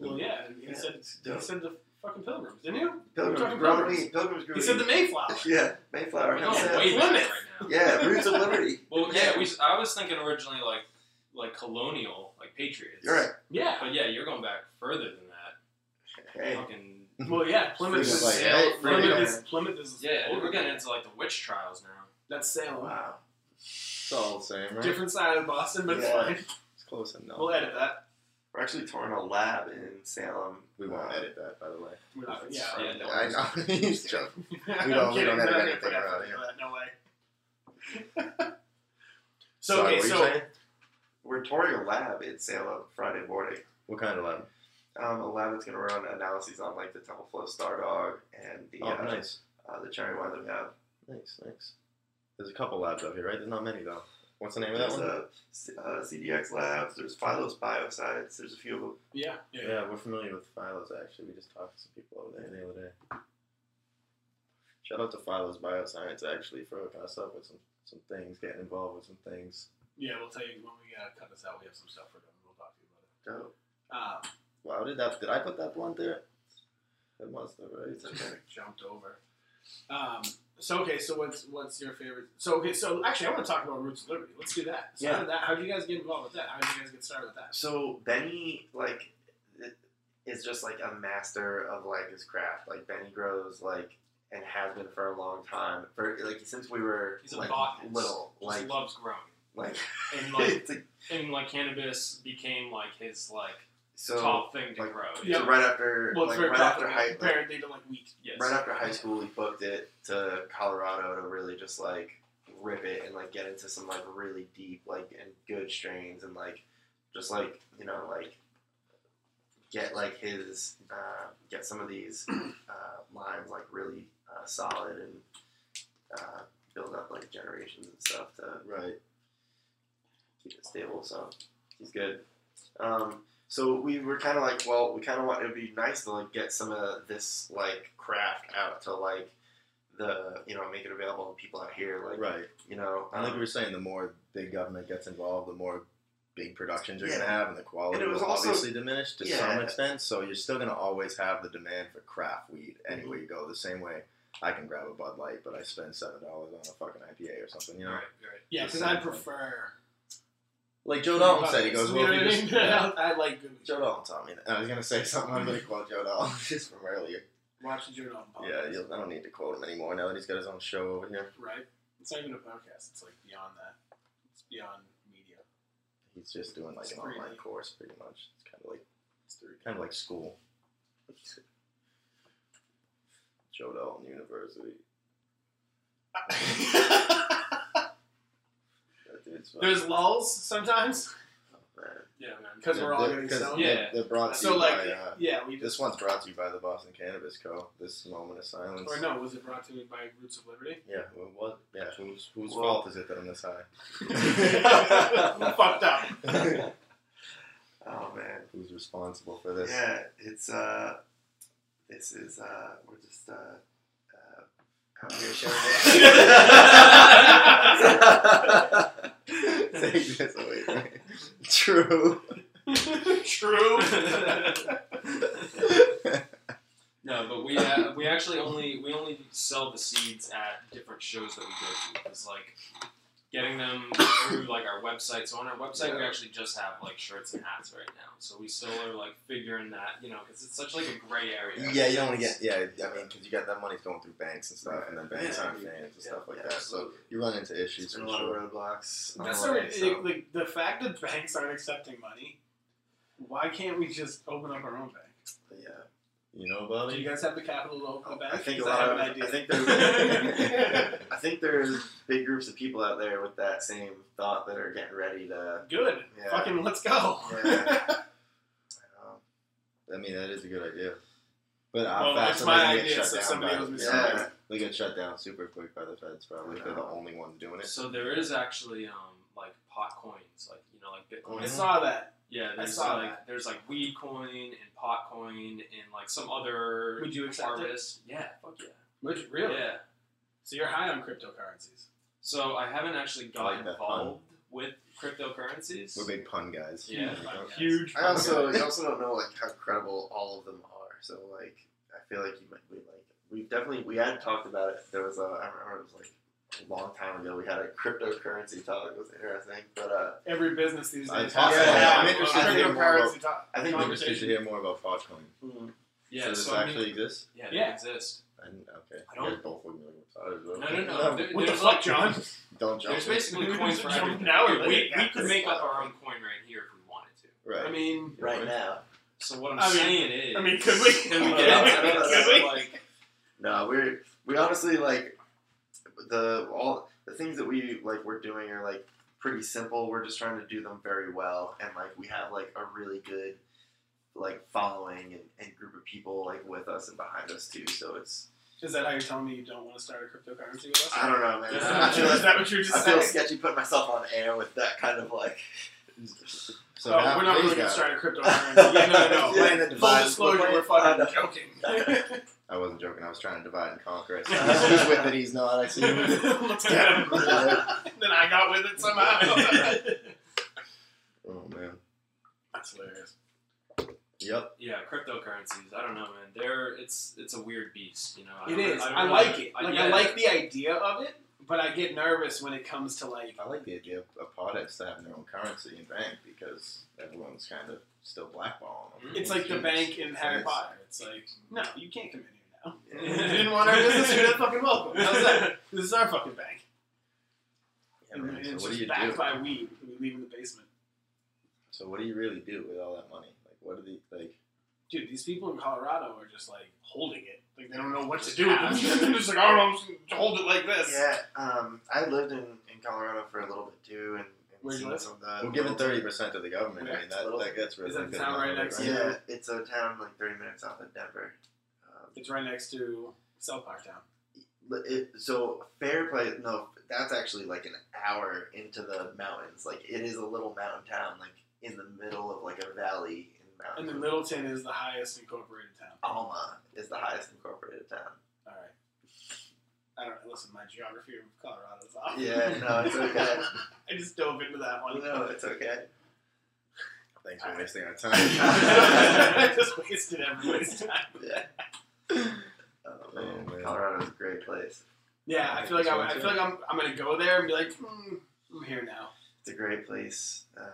Speaker 4: Well, yeah. and He
Speaker 3: Yeah.
Speaker 4: said he
Speaker 3: Dope.
Speaker 4: said the fucking pilgrims, didn't you?
Speaker 3: pilgrims
Speaker 4: talking
Speaker 3: grew
Speaker 4: Pilgrims.
Speaker 3: me pilgrims grew
Speaker 4: He said the
Speaker 3: meat.
Speaker 4: Mayflower.
Speaker 3: yeah mayflower
Speaker 5: We're
Speaker 3: hemp
Speaker 4: Yeah.
Speaker 5: going
Speaker 3: sales.
Speaker 5: way back
Speaker 4: Plymouth.
Speaker 5: right now.
Speaker 3: yeah roots of liberty
Speaker 5: Well, yeah, we. s- I was thinking originally like like colonial, like patriots.
Speaker 3: you're right
Speaker 4: Yeah.
Speaker 5: But yeah, you're going back further than that.
Speaker 3: hey
Speaker 5: Fucking
Speaker 4: Well, yeah. Plymouth
Speaker 1: Freedom
Speaker 4: is
Speaker 1: of
Speaker 4: Salem.
Speaker 1: light, right?
Speaker 4: Plymouth,
Speaker 3: Freedom of
Speaker 4: is Plymouth is
Speaker 5: yeah,
Speaker 4: older
Speaker 5: we're getting
Speaker 4: than-
Speaker 5: into like the witch trials now.
Speaker 4: That's Salem.
Speaker 3: wow
Speaker 1: it's all the same, right?
Speaker 4: Different side of Boston, but
Speaker 3: Yeah.
Speaker 4: it's fine.
Speaker 1: It's close enough."
Speaker 4: We'll edit that.
Speaker 3: we're actually touring a lab in Salem
Speaker 1: we won't
Speaker 3: Uh,
Speaker 1: edit that, by the way.
Speaker 4: We're not, yeah.
Speaker 5: Yeah, no
Speaker 1: I know. He's joking.
Speaker 4: I'm
Speaker 1: don't- we
Speaker 4: kidding.
Speaker 1: don't edit
Speaker 4: We're not
Speaker 1: anything
Speaker 4: gonna put
Speaker 1: around
Speaker 4: effort
Speaker 1: here.
Speaker 4: into that, No way. So
Speaker 1: Sorry, what
Speaker 4: okay,
Speaker 1: were you
Speaker 4: so
Speaker 1: saying?
Speaker 3: we're touring a lab in Salem Friday morning
Speaker 1: What kind of lab?
Speaker 3: um, a lab that's going to run analyses on like the Temple Flow Star Dog and the
Speaker 1: Oh,
Speaker 3: uh,
Speaker 1: nice,
Speaker 3: uh, the cherry wine that we have.
Speaker 1: nice, nice. There's a couple labs up here, right? There's not many though. What's the name of that
Speaker 3: There's
Speaker 1: one?
Speaker 3: uh, C- uh, CDX Labs. There's Philos Bioscience. There's a few of them.
Speaker 4: yeah, yeah.
Speaker 1: Yeah, we're familiar with Philos actually. We just talked to some people over there the other day. Shout out to Philos Bioscience actually for hooking us up with some, some things, getting involved with some things.
Speaker 4: Yeah, we'll tell you when we uh, cut this out. We have some stuff for them. We'll talk to you about it.
Speaker 3: Dope.
Speaker 4: Um,
Speaker 1: Wow, did that? Did I put that blunt there? That must have, right?
Speaker 3: It's okay.
Speaker 4: jumped over. Um, so okay, so what's what's your favorite? So okay, so actually, I want to talk about Roots of Liberty. Let's do that. So how did that? How did you guys get involved with that? How did you guys get started with that?
Speaker 3: So Benny like i- is just like a master of like his craft. Like Benny grows like and has been for a long time. For like since we were
Speaker 5: He's a
Speaker 3: like
Speaker 5: botanist.
Speaker 3: little.
Speaker 5: Just
Speaker 3: Like
Speaker 5: loves growing.
Speaker 3: like
Speaker 5: And like
Speaker 3: it's like-
Speaker 5: and like cannabis became like his like
Speaker 3: so.
Speaker 5: top thing to
Speaker 3: like,
Speaker 5: grow.
Speaker 4: Yeah.
Speaker 3: so right after
Speaker 4: Well, it's
Speaker 3: like
Speaker 4: very
Speaker 3: right after
Speaker 4: profitable
Speaker 3: high like,
Speaker 4: compared to like wheat.
Speaker 5: Yes.
Speaker 3: right after high school we booked it to colorado to really just like rip it and like get into some like really deep like and good strains and like just like you know like get like his uh, get some of these uh, lines like really uh, solid and uh, build up like generations and stuff to
Speaker 1: Right.
Speaker 3: keep it stable. So he's good. Um, so we were kind of like, well, we kind of want it would be nice to like get some of this like craft out to like the you know make it available to people out here. Like
Speaker 1: Right.
Speaker 3: you know,
Speaker 1: I think
Speaker 3: um,
Speaker 1: we were saying the more big government gets involved, the more big productions you're
Speaker 3: Yeah.
Speaker 1: going to have, and the quality
Speaker 3: And it was
Speaker 1: will
Speaker 3: also-
Speaker 1: obviously diminish to
Speaker 3: yeah.
Speaker 1: some extent. So you're still going to always have the demand for craft weed
Speaker 3: Mm-hmm.
Speaker 1: anywhere you go. The same way I can grab a Bud Light, but I spend seven dollars on a fucking IPA or something. You know,
Speaker 5: Right, right.
Speaker 4: Yeah, because I prefer.
Speaker 1: like Joe Dalton said, he goes,
Speaker 4: You
Speaker 1: "Well,
Speaker 4: know
Speaker 1: if
Speaker 4: what I
Speaker 1: you just,
Speaker 4: mean?
Speaker 1: yeah.
Speaker 4: I like good
Speaker 1: Joe Dalton taught me." That. I was going to say something. I'm going to quote Joe Dalton just from earlier.
Speaker 4: Watch the Jordan podcast.
Speaker 1: Yeah, you'll, I don't need to quote him anymore now that he's got his own show over here.
Speaker 4: right. It's not even a podcast. It's like beyond that. It's beyond media.
Speaker 1: He's just doing like an
Speaker 4: Screaming.
Speaker 1: online course, pretty much. It's kind of like
Speaker 4: It's three.
Speaker 1: kind of like school. Joe Dalton University. That dude's fucking-
Speaker 4: There's lulls sometimes
Speaker 5: Yeah, man.
Speaker 4: because we're all
Speaker 1: they're-
Speaker 4: getting
Speaker 1: 'cause
Speaker 4: stoned.
Speaker 5: yeah.
Speaker 1: They're, they're brought to
Speaker 4: So
Speaker 1: you
Speaker 4: like,
Speaker 1: by, uh,
Speaker 4: yeah, we
Speaker 1: this
Speaker 4: just
Speaker 1: one's brought to you by the Boston Cannabis Co. This moment of silence.
Speaker 4: or no, was it brought to me by Roots of Liberty?
Speaker 1: Yeah, well, what? Yeah, whose whose
Speaker 3: Well-
Speaker 1: fault is it that I'm this high?
Speaker 4: I'm fucked up.
Speaker 3: oh man,
Speaker 1: who's responsible for this?
Speaker 3: yeah, it's uh, this is uh, we're just uh, uh out here showing. it.
Speaker 1: True.
Speaker 4: True.
Speaker 5: no, but we uh, we actually only we only sell the seeds at different shows that we go to. It's like getting them through like our website. So on our website, we actually just have like shirts and hats right now. So we still are like figuring that you know because it's such like a gray area.
Speaker 1: Yeah, you don't want to get. Yeah, I mean, because you got that money's going through banks and stuff, and then banks
Speaker 3: Yeah.
Speaker 1: aren't fans and stuff like
Speaker 3: Yeah,
Speaker 1: that. So you run into issues
Speaker 3: There's
Speaker 1: for
Speaker 3: been a lot
Speaker 1: sure.
Speaker 3: of roadblocks. on
Speaker 4: That's
Speaker 3: the
Speaker 4: the,
Speaker 3: way, so-
Speaker 4: like, the fact that banks aren't accepting money. Why can't we just open up our own bank?
Speaker 3: but yeah.
Speaker 1: You know,
Speaker 4: Do you
Speaker 1: Bobby.
Speaker 4: guys have the capital to open a bank?
Speaker 3: I think a
Speaker 4: 'Cause
Speaker 3: lot
Speaker 4: have
Speaker 3: of.
Speaker 4: an idea.
Speaker 3: I think there's. I think there's big groups of people out there with that same thought that are getting ready to.
Speaker 4: Good.
Speaker 3: Yeah.
Speaker 4: Fucking let's go.
Speaker 3: Yeah. um,
Speaker 1: I mean, that is a good idea. But uh,
Speaker 4: well,
Speaker 1: fast
Speaker 4: it's my
Speaker 1: they get
Speaker 4: idea,
Speaker 1: shut
Speaker 4: so
Speaker 1: down
Speaker 4: somebody
Speaker 1: by-
Speaker 4: owes me
Speaker 3: yeah.
Speaker 4: something.
Speaker 1: They get shut down super quick by the feds. Probably
Speaker 3: I
Speaker 1: they're the
Speaker 3: know.
Speaker 1: only ones doing it.
Speaker 5: So there is actually um like pot coins, like you know like Bitcoin.
Speaker 4: I
Speaker 1: Mhm.
Speaker 4: saw that.
Speaker 5: Yeah,
Speaker 4: I
Speaker 5: there's
Speaker 4: saw
Speaker 5: like
Speaker 4: that.
Speaker 5: there's like weed coin and pot coin and like some other
Speaker 4: Would you accept it?
Speaker 5: harvest. Yeah, fuck yeah.
Speaker 4: Which really?
Speaker 5: Yeah.
Speaker 4: So you're high on cryptocurrencies.
Speaker 5: So I haven't actually got
Speaker 1: like that pun.
Speaker 5: involved with cryptocurrencies.
Speaker 1: We're big pun guys.
Speaker 5: yeah,
Speaker 1: Huge.
Speaker 5: podcast.
Speaker 4: Huge.
Speaker 3: I also I also don't know like how credible all of them are. So like I feel like you might we like we've definitely we had talked about it. There was a I remember it was like a long time ago. We had a cryptocurrency talk. It was interesting, but uh,
Speaker 4: Every business these
Speaker 1: I-
Speaker 4: days.
Speaker 1: yeah,
Speaker 4: has
Speaker 3: yeah,
Speaker 4: a
Speaker 3: I'm interested to hear
Speaker 1: more about-
Speaker 4: cryptocurrency talk.
Speaker 3: I think
Speaker 1: I'm
Speaker 3: we
Speaker 1: interested to
Speaker 4: conversation.
Speaker 1: hear more about Foxconn.
Speaker 5: Yeah,
Speaker 1: so
Speaker 5: so,
Speaker 1: this
Speaker 5: I mean,
Speaker 1: actually exists.
Speaker 5: yeah, they
Speaker 4: Yeah.
Speaker 5: exist.
Speaker 1: I didn't, okay.
Speaker 5: I don't-
Speaker 1: You guys both looking like excited as well.
Speaker 5: No, no, no. there-
Speaker 4: What the
Speaker 5: there's
Speaker 4: fuck,
Speaker 5: like-
Speaker 4: John?
Speaker 1: Don't jump.
Speaker 5: There's basically coins for
Speaker 4: Now
Speaker 5: everything.
Speaker 4: we're
Speaker 5: Dude, we,
Speaker 4: looking
Speaker 5: we
Speaker 4: at
Speaker 5: could
Speaker 4: this.
Speaker 5: make up our own coin right here if we wanted to.
Speaker 1: right.
Speaker 4: I mean,
Speaker 3: right now.
Speaker 5: So what I'm
Speaker 4: I mean-
Speaker 5: saying is,
Speaker 4: I mean, could we?
Speaker 5: Then we get into
Speaker 3: Could
Speaker 5: this,
Speaker 4: we?
Speaker 5: like,
Speaker 3: No, we're we honestly like the all the things that we like we're doing are like pretty simple. We're just trying to do them very well, and like we have like a really good like following and, and group of people like with us and behind us too. So it's
Speaker 4: is that how you're telling me you don't want to start a cryptocurrency with us?
Speaker 3: I don't know, man.
Speaker 4: Is
Speaker 5: Yeah.
Speaker 3: I feel,
Speaker 4: that- is
Speaker 3: like,
Speaker 4: that what you were
Speaker 3: I
Speaker 4: just
Speaker 3: feel
Speaker 4: saying?
Speaker 3: sketchy putting myself on air with that kind of like.
Speaker 1: So
Speaker 4: Oh,
Speaker 1: how-
Speaker 4: we're not
Speaker 1: these
Speaker 4: really going to
Speaker 1: guys-
Speaker 4: start a cryptocurrency. yeah, no, no, no.
Speaker 1: Yeah.
Speaker 4: Like,
Speaker 1: Playing the
Speaker 4: full
Speaker 1: divide.
Speaker 4: disclosure, we're
Speaker 3: Uh,
Speaker 4: fucking joking.
Speaker 1: I wasn't joking. I was trying to divide and conquer. I see he's, he's with it. He's not. I see. you with it.
Speaker 4: Look at him. Then I got with it somehow.
Speaker 1: oh man.
Speaker 4: That's hilarious.
Speaker 1: Yep.
Speaker 5: yeah, cryptocurrencies. I don't know, man. They're it's it's a weird beast, you know. I
Speaker 4: It
Speaker 5: don't-
Speaker 4: is.
Speaker 5: I, don't
Speaker 4: I,
Speaker 5: know.
Speaker 4: like it. Like I
Speaker 5: yeah.
Speaker 4: like the idea of it, but I get nervous when it comes to like
Speaker 1: I like the idea of, of products that have their own currency and bank because everyone's kind of still blackballing them.
Speaker 4: it's like the bank in Harry
Speaker 1: Yes.
Speaker 4: Potter. It's like no, you can't come in here now.
Speaker 3: Yeah.
Speaker 4: you didn't want our business. You're not fucking welcome. How's that? This is our fucking bank.
Speaker 1: Yeah, man,
Speaker 4: and
Speaker 1: so
Speaker 4: it's
Speaker 1: what do
Speaker 4: just
Speaker 1: you
Speaker 4: backed
Speaker 1: do?
Speaker 4: by weed. We leave in the basement.
Speaker 1: So what do you really do with all that money? Like what do the like?
Speaker 4: Dude, these people in Colorado are just like holding it. Like they don't know what to
Speaker 5: Just
Speaker 4: do with
Speaker 5: cash.
Speaker 4: it. They're just like, oh, I'm just gonna hold it like this.
Speaker 3: Yeah, um, I lived in, in Colorado for a little bit too, and, and
Speaker 4: Where'd you
Speaker 3: seen
Speaker 4: live?
Speaker 3: some of the
Speaker 1: We're giving thirty percent to the government. I mean that,
Speaker 3: Little-
Speaker 1: that gets really
Speaker 4: Is that the
Speaker 1: good
Speaker 4: town
Speaker 1: money,
Speaker 4: right next to
Speaker 1: right?
Speaker 3: Yeah, it's a town like 30 minutes south of Denver. Um,
Speaker 4: It's right next to South Park Town.
Speaker 3: li- it, so Fair Play, no, that's actually like an hour into the mountains. Like it is a little mountain town, like in the middle of like a valley in
Speaker 4: And
Speaker 3: mountains.
Speaker 4: then Middleton is the highest incorporated town.
Speaker 3: Alma is the highest incorporated town.
Speaker 4: All right. I don't listen. My geography of Colorado is off.
Speaker 3: Yeah, no, it's okay.
Speaker 4: I just dove into that one.
Speaker 3: no, it's okay.
Speaker 1: Thanks for
Speaker 4: Alright.
Speaker 1: wasting our
Speaker 4: I
Speaker 1: time.
Speaker 4: just wasted everybody's time.
Speaker 3: Oh,
Speaker 1: Oh,
Speaker 3: man.
Speaker 1: man.
Speaker 3: Colorado's a great place.
Speaker 4: Yeah, I feel like I'm, I
Speaker 1: This
Speaker 4: feel
Speaker 1: one,
Speaker 4: like I'm, I'm gonna go there and be like, hmm, I'm here now.
Speaker 3: It's a great place. Um,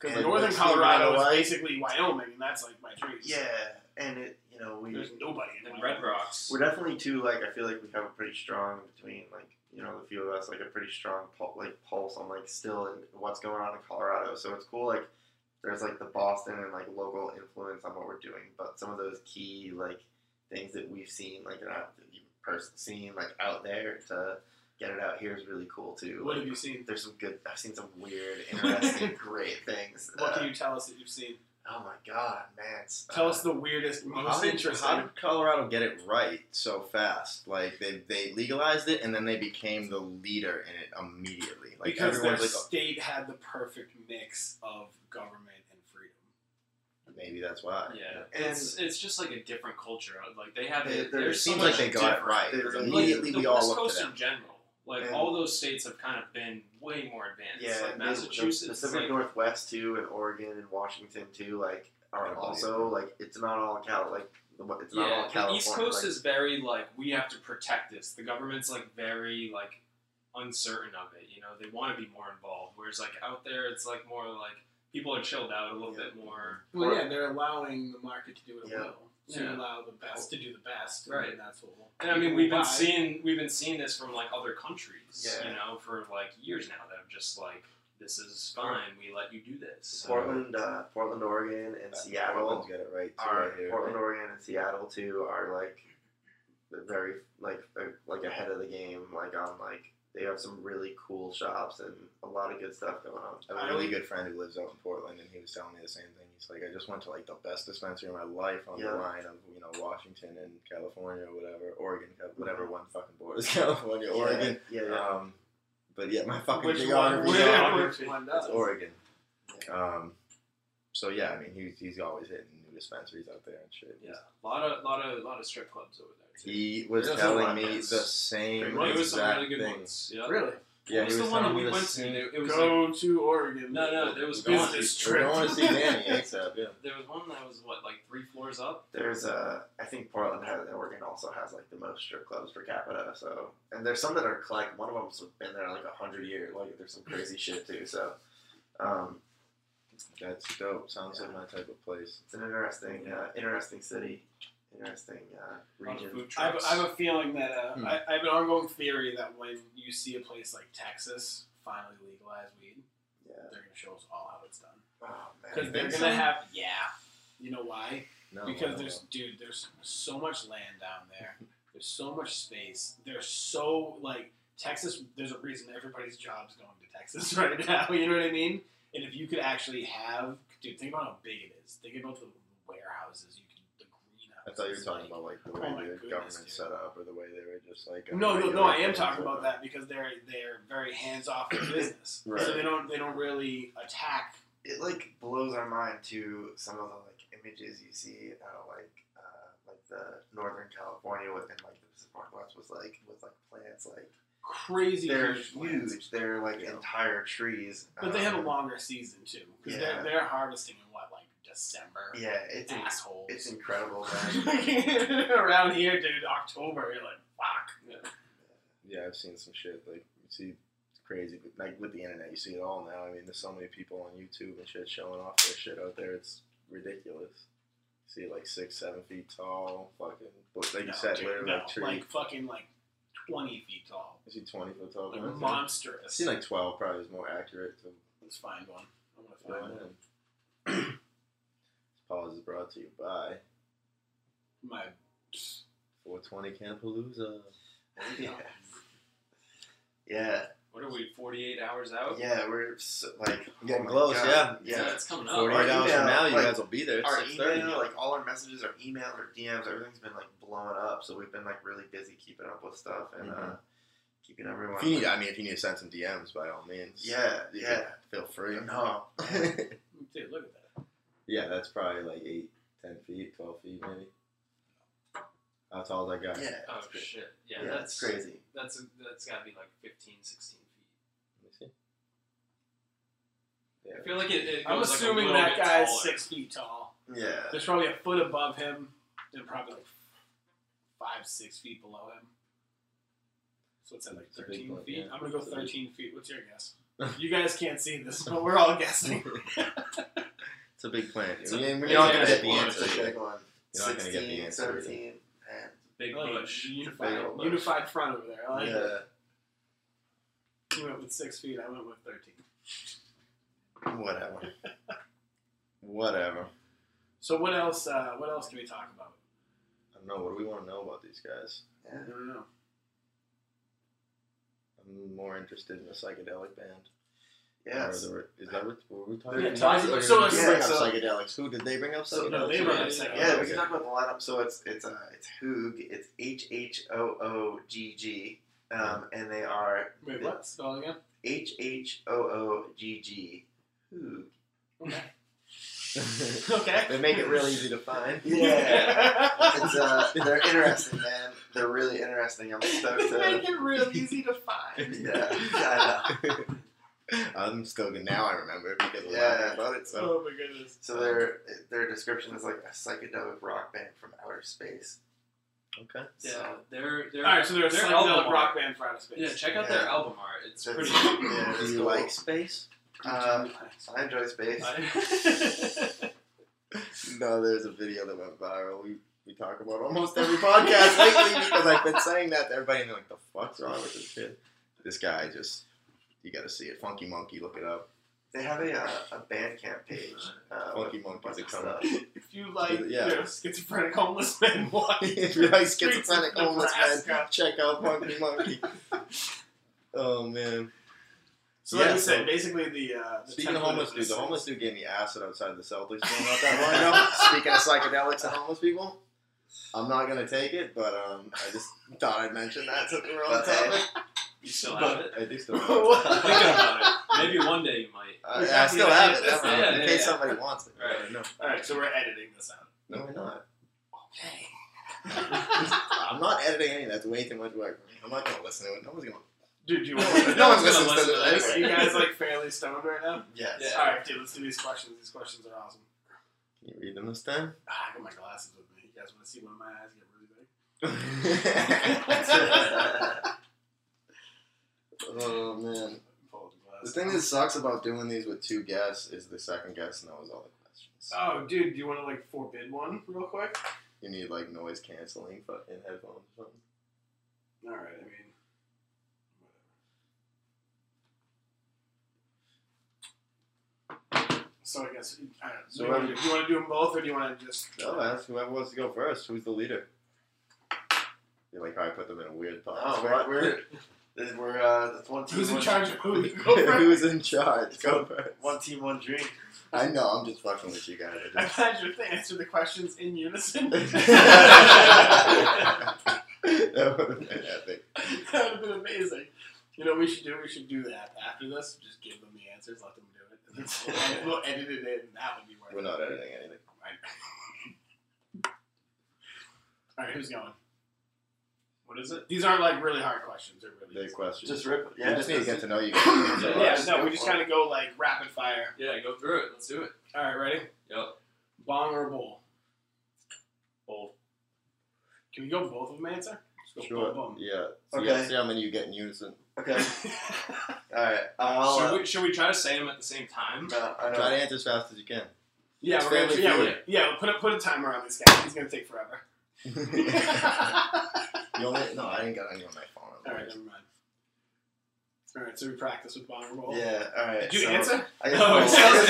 Speaker 4: Because
Speaker 3: And
Speaker 4: northern
Speaker 1: next thing you
Speaker 4: Colorado
Speaker 1: know,
Speaker 4: is
Speaker 1: I-
Speaker 4: basically Wyoming, and that's like my dream.
Speaker 3: yeah, and it, you know, we
Speaker 4: there's nobody in
Speaker 5: And
Speaker 4: Wyoming.
Speaker 5: Red Rocks.
Speaker 3: We're definitely too like I feel like we have a pretty strong between like you know the few of us like a pretty strong pul- like pulse on like still and what's going on in Colorado. So it's cool like there's like the Boston and like local influence on what we're doing, but some of those key like things that we've seen like and I've even personally seen like out there to get it out here is really cool too.
Speaker 4: What have
Speaker 3: Like,
Speaker 4: you seen?
Speaker 3: there's some good. I've seen some weird, interesting, great things.
Speaker 4: What
Speaker 3: Uh,
Speaker 4: can you tell us that you've seen?
Speaker 3: oh my god, man! it's-
Speaker 4: Tell
Speaker 3: uh,
Speaker 4: us the weirdest, most
Speaker 1: How did,
Speaker 4: interesting.
Speaker 1: how did Colorado get it right so fast? Like they they legalized it and then they became the leader in it immediately. Like
Speaker 4: because their
Speaker 1: everyone's like, oh,
Speaker 4: state had the perfect mix of government and freedom.
Speaker 1: "Oh, maybe that's why.
Speaker 5: yeah,
Speaker 3: And-
Speaker 5: it's it's just like a different culture. Like they have
Speaker 3: They-
Speaker 5: it.
Speaker 3: they're-
Speaker 5: they're
Speaker 1: It seems
Speaker 5: so
Speaker 1: like they
Speaker 5: much
Speaker 1: got it
Speaker 5: different.
Speaker 1: right.
Speaker 3: There's a-
Speaker 1: Immediately
Speaker 5: Like, the
Speaker 1: we
Speaker 5: West
Speaker 1: all looked
Speaker 5: Coast
Speaker 1: to them.
Speaker 5: in general Like
Speaker 3: And-
Speaker 5: all those states have kind of been way more advanced.
Speaker 3: Yeah,
Speaker 5: like
Speaker 3: and the- the
Speaker 5: Massachusetts,
Speaker 3: Pacific
Speaker 5: like,
Speaker 3: Northwest too, and Oregon and Washington too. Like are
Speaker 1: Yeah.
Speaker 3: also like it's not all Cal. Like the what- it's
Speaker 5: yeah,
Speaker 3: not all California.
Speaker 5: the East Coast
Speaker 3: like,
Speaker 5: is very like we have to protect this. The government's like very like uncertain of it. You know, they want to be more involved. Whereas like out there, it's like more like people are chilled out a little
Speaker 3: Yeah.
Speaker 5: bit more.
Speaker 4: Well, yeah, they're allowing the market to do what it
Speaker 3: Yeah.
Speaker 4: will. So
Speaker 5: Yeah.
Speaker 4: you allow the best to do the best, and
Speaker 5: Right.
Speaker 4: then that's what. We'll
Speaker 5: And I mean,
Speaker 4: people
Speaker 5: we've been
Speaker 4: buy.
Speaker 5: seeing we've been seeing this from like other countries.
Speaker 3: Yeah.
Speaker 5: You know, for like years now that have just like this is fine. We let you do this.
Speaker 3: Portland, uh, Portland, Oregon, and Seattle
Speaker 1: Portland's got it right too,
Speaker 3: are
Speaker 1: right here.
Speaker 3: Portland, Oregon, and Seattle too are like they're very like they're, like ahead of the game. Like on like they have some really cool shops and a lot of good stuff going on.
Speaker 1: I have a really good friend who lives out in Portland, and he was telling me the same thing. He's like, I just went to like the best dispensary in my life on
Speaker 3: Yeah.
Speaker 1: the line of you know Washington and California or whatever, Oregon, Cal- whatever one fucking borders California,
Speaker 3: Yeah,
Speaker 1: Oregon.
Speaker 3: Yeah, yeah.
Speaker 1: Um, but yeah, my fucking
Speaker 4: Which one?
Speaker 1: geography
Speaker 4: Which,
Speaker 1: is uh,
Speaker 5: Yeah.
Speaker 4: which one does?
Speaker 1: it's Oregon. Um, so yeah, I mean, he's he's always hitting new dispensaries out there and shit.
Speaker 5: Yeah, a lot of lot of lot of strip clubs over there. Too.
Speaker 1: He was
Speaker 3: There's a lot
Speaker 1: telling
Speaker 3: of
Speaker 1: me the
Speaker 3: those.
Speaker 1: same
Speaker 3: There
Speaker 5: There was some
Speaker 1: exact
Speaker 5: really good
Speaker 1: thing.
Speaker 5: ones. Yeah.
Speaker 4: Really?
Speaker 1: Yeah,
Speaker 5: what was,
Speaker 1: he
Speaker 5: the one
Speaker 1: telling
Speaker 5: that
Speaker 1: me
Speaker 5: we
Speaker 1: the
Speaker 5: went
Speaker 1: same-
Speaker 5: to? It was like
Speaker 4: Go to Oregon.
Speaker 5: No, no, there was
Speaker 1: We're going-
Speaker 5: business
Speaker 1: We're
Speaker 4: trip.
Speaker 1: going to see Danny ASAP. Yeah.
Speaker 5: There was one that was what, like three floors up?
Speaker 3: There's a, I think Portland has, Oregon also has like the most strip clubs per capita. So, and there's some that are like one of them's been there like a hundred years. Like there's some crazy shit too. So, um,
Speaker 1: That's dope. Sounds like my type of place.
Speaker 3: it's an interesting, uh, interesting city, interesting uh,
Speaker 5: A lot of
Speaker 3: region.
Speaker 5: food
Speaker 4: I have,
Speaker 5: trucks.
Speaker 4: I have a feeling that uh,
Speaker 1: Hmm.
Speaker 4: I, I have an ongoing theory that when you see a place like Texas finally legalize weed,
Speaker 3: Yeah.
Speaker 4: they're gonna show us all how it's done.
Speaker 3: Oh
Speaker 4: Because
Speaker 3: man.
Speaker 1: think
Speaker 4: they're
Speaker 1: so?
Speaker 4: gonna have yeah. You know why?
Speaker 1: No,
Speaker 4: because
Speaker 1: no,
Speaker 4: there's dude, there's so much land down there. There's so much space. There's so like Texas. There's a reason everybody's job's going to Texas right now. You know what I mean? And if you could actually have, dude, think about how big it is. Think about the warehouses. You can the greenhouses.
Speaker 1: I thought you were talking
Speaker 4: like-
Speaker 1: about like the
Speaker 4: oh
Speaker 1: way
Speaker 4: my
Speaker 1: the
Speaker 4: goodness,
Speaker 1: government
Speaker 4: dude.
Speaker 1: set up or the way they were just like. uh,
Speaker 4: No, no, no. I am
Speaker 1: regulating
Speaker 4: talking
Speaker 1: things
Speaker 4: about that because they're they're very hands off in business,
Speaker 1: Right.
Speaker 4: so they don't they don't really attack.
Speaker 3: it like blows our mind to some of the like images you see out of like uh, like the Northern California with- and like the Pacific Northwest was like with like plants like
Speaker 4: Crazy
Speaker 3: they're
Speaker 4: huge plants.
Speaker 3: huge. They're like
Speaker 1: Yeah.
Speaker 3: entire trees.
Speaker 4: but they have a
Speaker 3: Um,
Speaker 4: longer season too because they're
Speaker 3: Yeah.
Speaker 4: they're harvesting in what like December.
Speaker 3: Yeah, it's in-
Speaker 4: Assholes.
Speaker 3: it's incredible. Man.
Speaker 4: Around here, dude, October, you're like, fuck.
Speaker 1: Yeah, I've seen some shit like you see. it's Crazy, but, like with the internet, you see it all now. I mean, there's so many people on YouTube and shit showing off their shit out there. It's ridiculous. see, like six, seven feet tall, fucking, but like
Speaker 4: No,
Speaker 1: you said,
Speaker 4: dude,
Speaker 1: literally
Speaker 4: no,
Speaker 1: like tree.
Speaker 4: like fucking like twenty feet tall,
Speaker 1: you see, twenty foot tall.
Speaker 4: like
Speaker 1: plants. I've
Speaker 4: monstrous.
Speaker 1: seen like twelve, probably is more accurate to
Speaker 4: Let's find one. I'm gonna
Speaker 1: fill
Speaker 4: find one.
Speaker 1: in. this pause is brought to you by
Speaker 4: My
Speaker 1: 420 Campalooza.
Speaker 3: yeah. yeah,
Speaker 5: What are we, 48 hours out?
Speaker 3: yeah, we're so, like
Speaker 1: Getting
Speaker 3: oh my
Speaker 1: close,
Speaker 3: God.
Speaker 5: Yeah,
Speaker 3: yeah.
Speaker 5: it's coming up.
Speaker 1: 48 hours
Speaker 3: Our
Speaker 1: from
Speaker 3: email,
Speaker 1: now, you
Speaker 3: like,
Speaker 1: guys will be there. It's
Speaker 3: Our
Speaker 1: 6:30.
Speaker 3: email, like all our messages, our emails, our DMs, everything's been like blowing up. So we've been like really busy keeping up with stuff and uh,
Speaker 1: Mhm.
Speaker 3: keeping everyone.
Speaker 1: If you need, I mean, if you need to send some DMs, by all means.
Speaker 3: yeah,
Speaker 1: You
Speaker 3: yeah.
Speaker 1: can Feel free.
Speaker 3: No,
Speaker 4: dude, look at that.
Speaker 1: yeah, that's probably like 8, 10 feet, 12 feet maybe. That's all I got.
Speaker 3: yeah,
Speaker 5: Oh,
Speaker 3: it's cra-
Speaker 5: shit. Yeah,
Speaker 3: yeah,
Speaker 5: that's
Speaker 3: it's crazy.
Speaker 5: That's, that's got to be like 15, 16 feet.
Speaker 1: Let me see. Yeah.
Speaker 5: I feel like it, it
Speaker 4: I'm
Speaker 5: goes, like, a
Speaker 4: assuming
Speaker 5: little
Speaker 4: that
Speaker 5: bit
Speaker 4: guy's
Speaker 5: taller.
Speaker 4: six feet tall.
Speaker 3: Yeah,
Speaker 4: There's probably a foot above him and probably like five, six feet below him. So it's at like
Speaker 1: It's a big
Speaker 4: 13
Speaker 1: one,
Speaker 4: feet.
Speaker 1: yeah.
Speaker 4: I'm gonna go 13 feet. What's your guess? you guys can't see this, but we're all guessing.
Speaker 1: It's a big plant.
Speaker 5: It's
Speaker 1: I
Speaker 5: a-
Speaker 1: mean, we're
Speaker 5: it's
Speaker 1: not
Speaker 5: a
Speaker 1: going to get
Speaker 5: big
Speaker 1: the
Speaker 5: plant.
Speaker 3: It's
Speaker 1: answer.
Speaker 3: a
Speaker 1: yet.
Speaker 3: big one.
Speaker 1: You're not gonna get the
Speaker 3: 16,
Speaker 1: answer yet.
Speaker 3: 17, man.
Speaker 5: Big
Speaker 4: Like,
Speaker 5: bush.
Speaker 4: Unified,
Speaker 3: big old bush.
Speaker 4: unified front over there. I like
Speaker 3: yeah.
Speaker 4: it. You went with six feet. I went with 13.
Speaker 1: Whatever. Whatever.
Speaker 4: So what else? Uh, what else can we talk about?
Speaker 1: I don't know. What do we want to know about these guys?
Speaker 4: I don't know.
Speaker 1: I'm more interested in the psychedelic band.
Speaker 3: Yes.
Speaker 1: Or the- Is that what were we talking
Speaker 4: Yeah,
Speaker 1: about?
Speaker 4: talking-
Speaker 1: Or
Speaker 4: so
Speaker 1: did
Speaker 4: it's-
Speaker 1: you bring up
Speaker 3: so-
Speaker 1: psychedelics. Who did they bring up psychedelics?
Speaker 3: So-
Speaker 4: no, they were
Speaker 5: brought up
Speaker 1: Yeah.
Speaker 5: psychedelics.
Speaker 3: Yeah, we
Speaker 1: Okay.
Speaker 3: can talk about the lineup. So it's it's uh it's Hoog. It's H H O O G G, um, and they are
Speaker 4: Wait, what? Spell it again.
Speaker 3: H H O O G G. Hoog.
Speaker 4: Okay. okay.
Speaker 1: they make it real easy to find.
Speaker 3: Yeah. It's, uh, they're interesting, man. They're really interesting. I'm stoked to.
Speaker 4: Make
Speaker 1: uh,
Speaker 4: it real easy to find.
Speaker 3: Yeah, I know.
Speaker 1: I'm still gonna now. I remember we did a
Speaker 3: Yeah.
Speaker 1: lot about it. So
Speaker 4: Oh my goodness.
Speaker 3: So their their description is like a psychedelic rock band from outer space.
Speaker 1: okay,
Speaker 5: Yeah,
Speaker 3: So,
Speaker 5: they're they're
Speaker 4: All right, so they're a
Speaker 5: Their
Speaker 4: psychedelic
Speaker 5: album
Speaker 4: rock band for outer space.
Speaker 5: yeah. Check out their
Speaker 3: Yeah.
Speaker 5: album art. It's
Speaker 3: That's-
Speaker 5: pretty.
Speaker 3: yeah,
Speaker 1: do
Speaker 3: it's
Speaker 1: you
Speaker 3: cool.
Speaker 1: like space?
Speaker 3: Um, I enjoy space.
Speaker 1: No, there's a video that went viral. We we talk about almost every podcast lately because I've been saying that to everybody, and they're like, "The fuck's wrong with this kid?" This guy just you got to see it. Funky Monkey, look it up.
Speaker 3: They have a uh, a Bandcamp page. Uh,
Speaker 1: Funky
Speaker 3: with
Speaker 1: Monkey's a
Speaker 3: bunch of
Speaker 1: cover.
Speaker 3: stuff.
Speaker 4: if you like
Speaker 1: Yeah.
Speaker 4: you know, schizophrenic homeless men, watch
Speaker 1: if you like
Speaker 4: Streets of
Speaker 1: schizophrenic homeless man,
Speaker 4: Nebraska.
Speaker 1: check out Funky Monkey. oh man.
Speaker 4: So like
Speaker 1: Yeah,
Speaker 4: you
Speaker 1: so-
Speaker 4: said, basically the uh, the
Speaker 1: Speaking of
Speaker 4: template
Speaker 1: homeless
Speaker 4: this
Speaker 1: dude, the
Speaker 4: is-
Speaker 1: homeless dude gave me acid outside the Celtics game not that long ago. Speaking of psychedelics and homeless people, I'm not gonna take it, but um, I just thought I'd mention that since we're on the
Speaker 3: But, hey,
Speaker 1: topic.
Speaker 5: you still have it?
Speaker 1: But I do still have it.
Speaker 4: What?
Speaker 5: Thinking about it. Maybe one day you might.
Speaker 1: I, I still have it, never
Speaker 5: Yeah,
Speaker 1: mind, in
Speaker 5: yeah,
Speaker 1: case
Speaker 5: yeah.
Speaker 1: somebody wants it.
Speaker 5: Right.
Speaker 1: No,
Speaker 4: All right, so we're editing this out.
Speaker 1: no, we're not.
Speaker 4: Okay.
Speaker 1: I'm not editing any. of that. That's way too much work. for me. I'm not gonna listen to it. No one's gonna.
Speaker 4: Dude, do you
Speaker 1: No,
Speaker 4: want?
Speaker 1: one-
Speaker 4: to
Speaker 1: no one's
Speaker 5: gonna
Speaker 1: listening
Speaker 5: listen
Speaker 1: to
Speaker 5: to
Speaker 1: this.
Speaker 4: Are you guys like fairly stoned right now?
Speaker 3: Yes.
Speaker 5: Yeah.
Speaker 4: All right, dude. Let's do these questions. These questions are awesome.
Speaker 1: Can you read them this time?
Speaker 4: Ah, I got my glasses with me. You guys want to see one of my eyes get really big?
Speaker 1: oh man.
Speaker 4: Pull up the
Speaker 1: The
Speaker 4: glasses.
Speaker 1: thing that sucks about doing these with two guests is the second guest knows all the questions.
Speaker 4: Oh, dude, do you want to like forbid one real quick?
Speaker 1: You need like noise canceling fucking headphones or something.
Speaker 4: All right. I mean, whatever. So I guess I don't know.
Speaker 1: So
Speaker 4: do you wanna do- do you want to do them both, or do you want to just?
Speaker 1: No, ask whoever wants to go first. Who's the leader? You're like, I put them in a weird thought.
Speaker 3: Oh, we're we're this- we're uh, that's one team.
Speaker 4: Who's in
Speaker 3: one,
Speaker 4: charge of who? You go first.
Speaker 1: Who's in charge? Go first.
Speaker 3: One team, one dream.
Speaker 1: I know. I'm just fucking with you guys. I
Speaker 4: I'm
Speaker 1: just-
Speaker 4: glad you have to answer the questions in unison. that
Speaker 1: that would have been epic.
Speaker 4: would have been amazing. You know, what we should do. We should do that after this. Just give them the answers, let them do it, and then we'll, we'll edit it in. That would be worth.
Speaker 1: We're
Speaker 4: it.
Speaker 1: not editing anything.
Speaker 4: All right, who's going?
Speaker 2: what is it?
Speaker 4: These aren't like really hard questions. They're really
Speaker 1: Big question.
Speaker 3: Just rip.
Speaker 1: yeah,
Speaker 3: Yeah.
Speaker 1: we just need to
Speaker 3: just-
Speaker 1: get to know you guys.
Speaker 4: So,
Speaker 1: So,
Speaker 4: yeah,
Speaker 1: uh,
Speaker 4: no, we just kind of go like rapid fire.
Speaker 5: Yeah, go through it. Let's do it.
Speaker 4: All right, ready?
Speaker 5: Yep.
Speaker 4: Bong or bowl?
Speaker 5: Bowl.
Speaker 4: Can we go both of them answer? Just go
Speaker 1: Sure.
Speaker 4: both of them.
Speaker 1: Yeah. So
Speaker 3: Okay.
Speaker 1: yeah, see how many you get in unison.
Speaker 3: Okay. All right. I'll.
Speaker 5: should,
Speaker 3: Uh,
Speaker 5: we, should we try to say them at the same time?
Speaker 3: no, I
Speaker 1: Try
Speaker 3: don't.
Speaker 1: to answer as fast as you can.
Speaker 4: Yeah,
Speaker 1: It's
Speaker 4: we're gonna,
Speaker 1: family
Speaker 4: yeah,
Speaker 1: feud.
Speaker 4: we're, yeah. We'll put a put a timer on this guy. He's gonna take forever.
Speaker 1: you only, no, I didn't get any on my phone.
Speaker 4: All right, never mind. All right, so we practice with bong or bowl.
Speaker 3: Yeah. All right.
Speaker 4: Did you
Speaker 3: so,
Speaker 4: answer?
Speaker 3: I guess
Speaker 5: No,
Speaker 3: we'll-
Speaker 5: Oh, it sounds
Speaker 3: I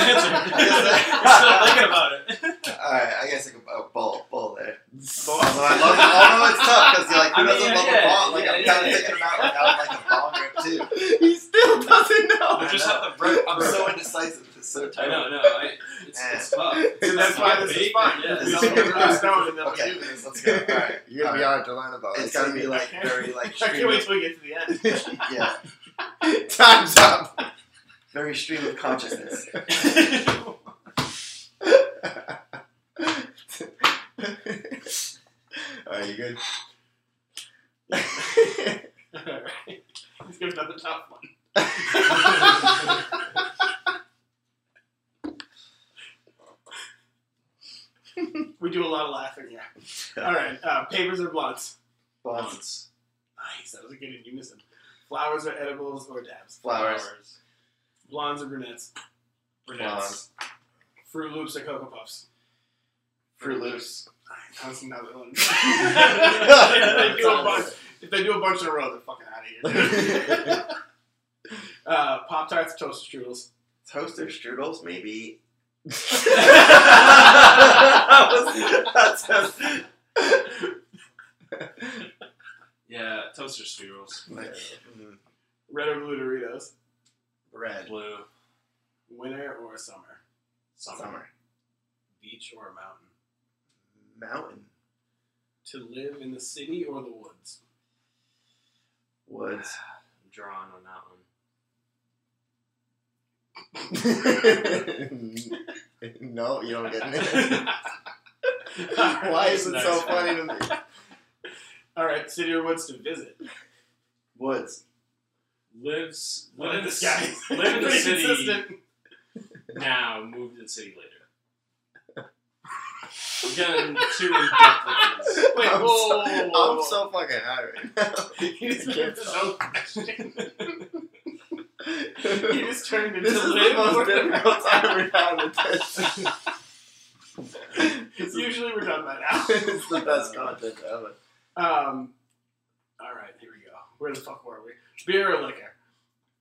Speaker 3: guess- I guess-
Speaker 5: answer. You're still thinking about it.
Speaker 3: All right, I guess I could oh, bowl, bowl there.
Speaker 1: Bowl.
Speaker 3: Although I love, although it's tough because you're like, who
Speaker 5: I mean,
Speaker 3: doesn't
Speaker 5: yeah,
Speaker 3: love
Speaker 5: yeah,
Speaker 3: a ball? Like
Speaker 5: yeah,
Speaker 3: I'm
Speaker 5: yeah,
Speaker 3: kind of
Speaker 5: yeah.
Speaker 3: thinking about like I would like a ball grip too.
Speaker 1: he still doesn't know.
Speaker 5: I just
Speaker 3: know.
Speaker 5: have to break.
Speaker 3: I'm so indecisive. It's so tough.
Speaker 5: I know, no, I, it's, it's tough.
Speaker 4: So Eh. that's why this is fun.
Speaker 5: Yeah.
Speaker 4: This is something we're gonna stone and then we'll
Speaker 3: Okay,
Speaker 4: do this.
Speaker 3: let's go. All right,
Speaker 1: You're gonna be hard to learn about.
Speaker 3: it's gotta be like very like
Speaker 4: I can't
Speaker 3: stream.
Speaker 4: wait
Speaker 3: Of,
Speaker 4: till we get to the end.
Speaker 3: yeah,
Speaker 1: time's up.
Speaker 3: very stream of consciousness.
Speaker 1: Are you good?
Speaker 4: Alright. Let's give another top one. we do a lot of laughing here. All right, uh, papers or blunts?
Speaker 3: Blondes,
Speaker 4: Nice, that was a good in unison. Flowers or edibles or dabs?
Speaker 3: flowers,
Speaker 4: Blondes or brunettes?
Speaker 5: Brunettes.
Speaker 4: Fruit Loops or Cocoa Puffs?
Speaker 3: Fruit Loops.
Speaker 4: Alright, that was another one. They
Speaker 5: That
Speaker 4: do a bunch- if they do a bunch in a row, they're fucking out of here. uh, Pop Tarts, Toaster Strudels.
Speaker 3: toaster strudels, maybe.
Speaker 1: That
Speaker 3: That's-
Speaker 5: Yeah, toaster strudels.
Speaker 3: like, mm,
Speaker 4: Red or blue Doritos?
Speaker 3: red
Speaker 5: Blue.
Speaker 4: Winter or summer?
Speaker 5: Summer.
Speaker 3: summer
Speaker 4: Beach or mountain?
Speaker 3: mountain
Speaker 4: To live in the city or the woods?
Speaker 3: woods.
Speaker 5: I'm drawn on that one.
Speaker 1: no, you don't get it. Why is it so
Speaker 4: Nice.
Speaker 1: funny to me?
Speaker 4: All right, city or woods to visit.
Speaker 3: Woods.
Speaker 5: Lives
Speaker 4: What
Speaker 5: live in the
Speaker 4: is this guy?
Speaker 5: Live in the
Speaker 4: Pretty
Speaker 5: city
Speaker 4: consistent.
Speaker 5: now. Move to the city later. We're getting too in depth with this.
Speaker 4: Wait,
Speaker 1: I'm
Speaker 4: whoa,
Speaker 1: so-
Speaker 4: whoa, whoa, whoa,
Speaker 1: I'm
Speaker 4: whoa.
Speaker 1: so fucking high right now.
Speaker 4: He just
Speaker 1: I
Speaker 4: made
Speaker 1: can't
Speaker 4: this
Speaker 1: stop.
Speaker 4: own question. He
Speaker 1: this
Speaker 4: just turned into
Speaker 1: is the
Speaker 4: live.
Speaker 1: most
Speaker 4: or-
Speaker 1: difficult time we've had with this. this is,
Speaker 4: Usually we're done by now.
Speaker 1: it's the best content ever.
Speaker 4: Um, all right, here we go. Where the fuck were we? Beer or liquor?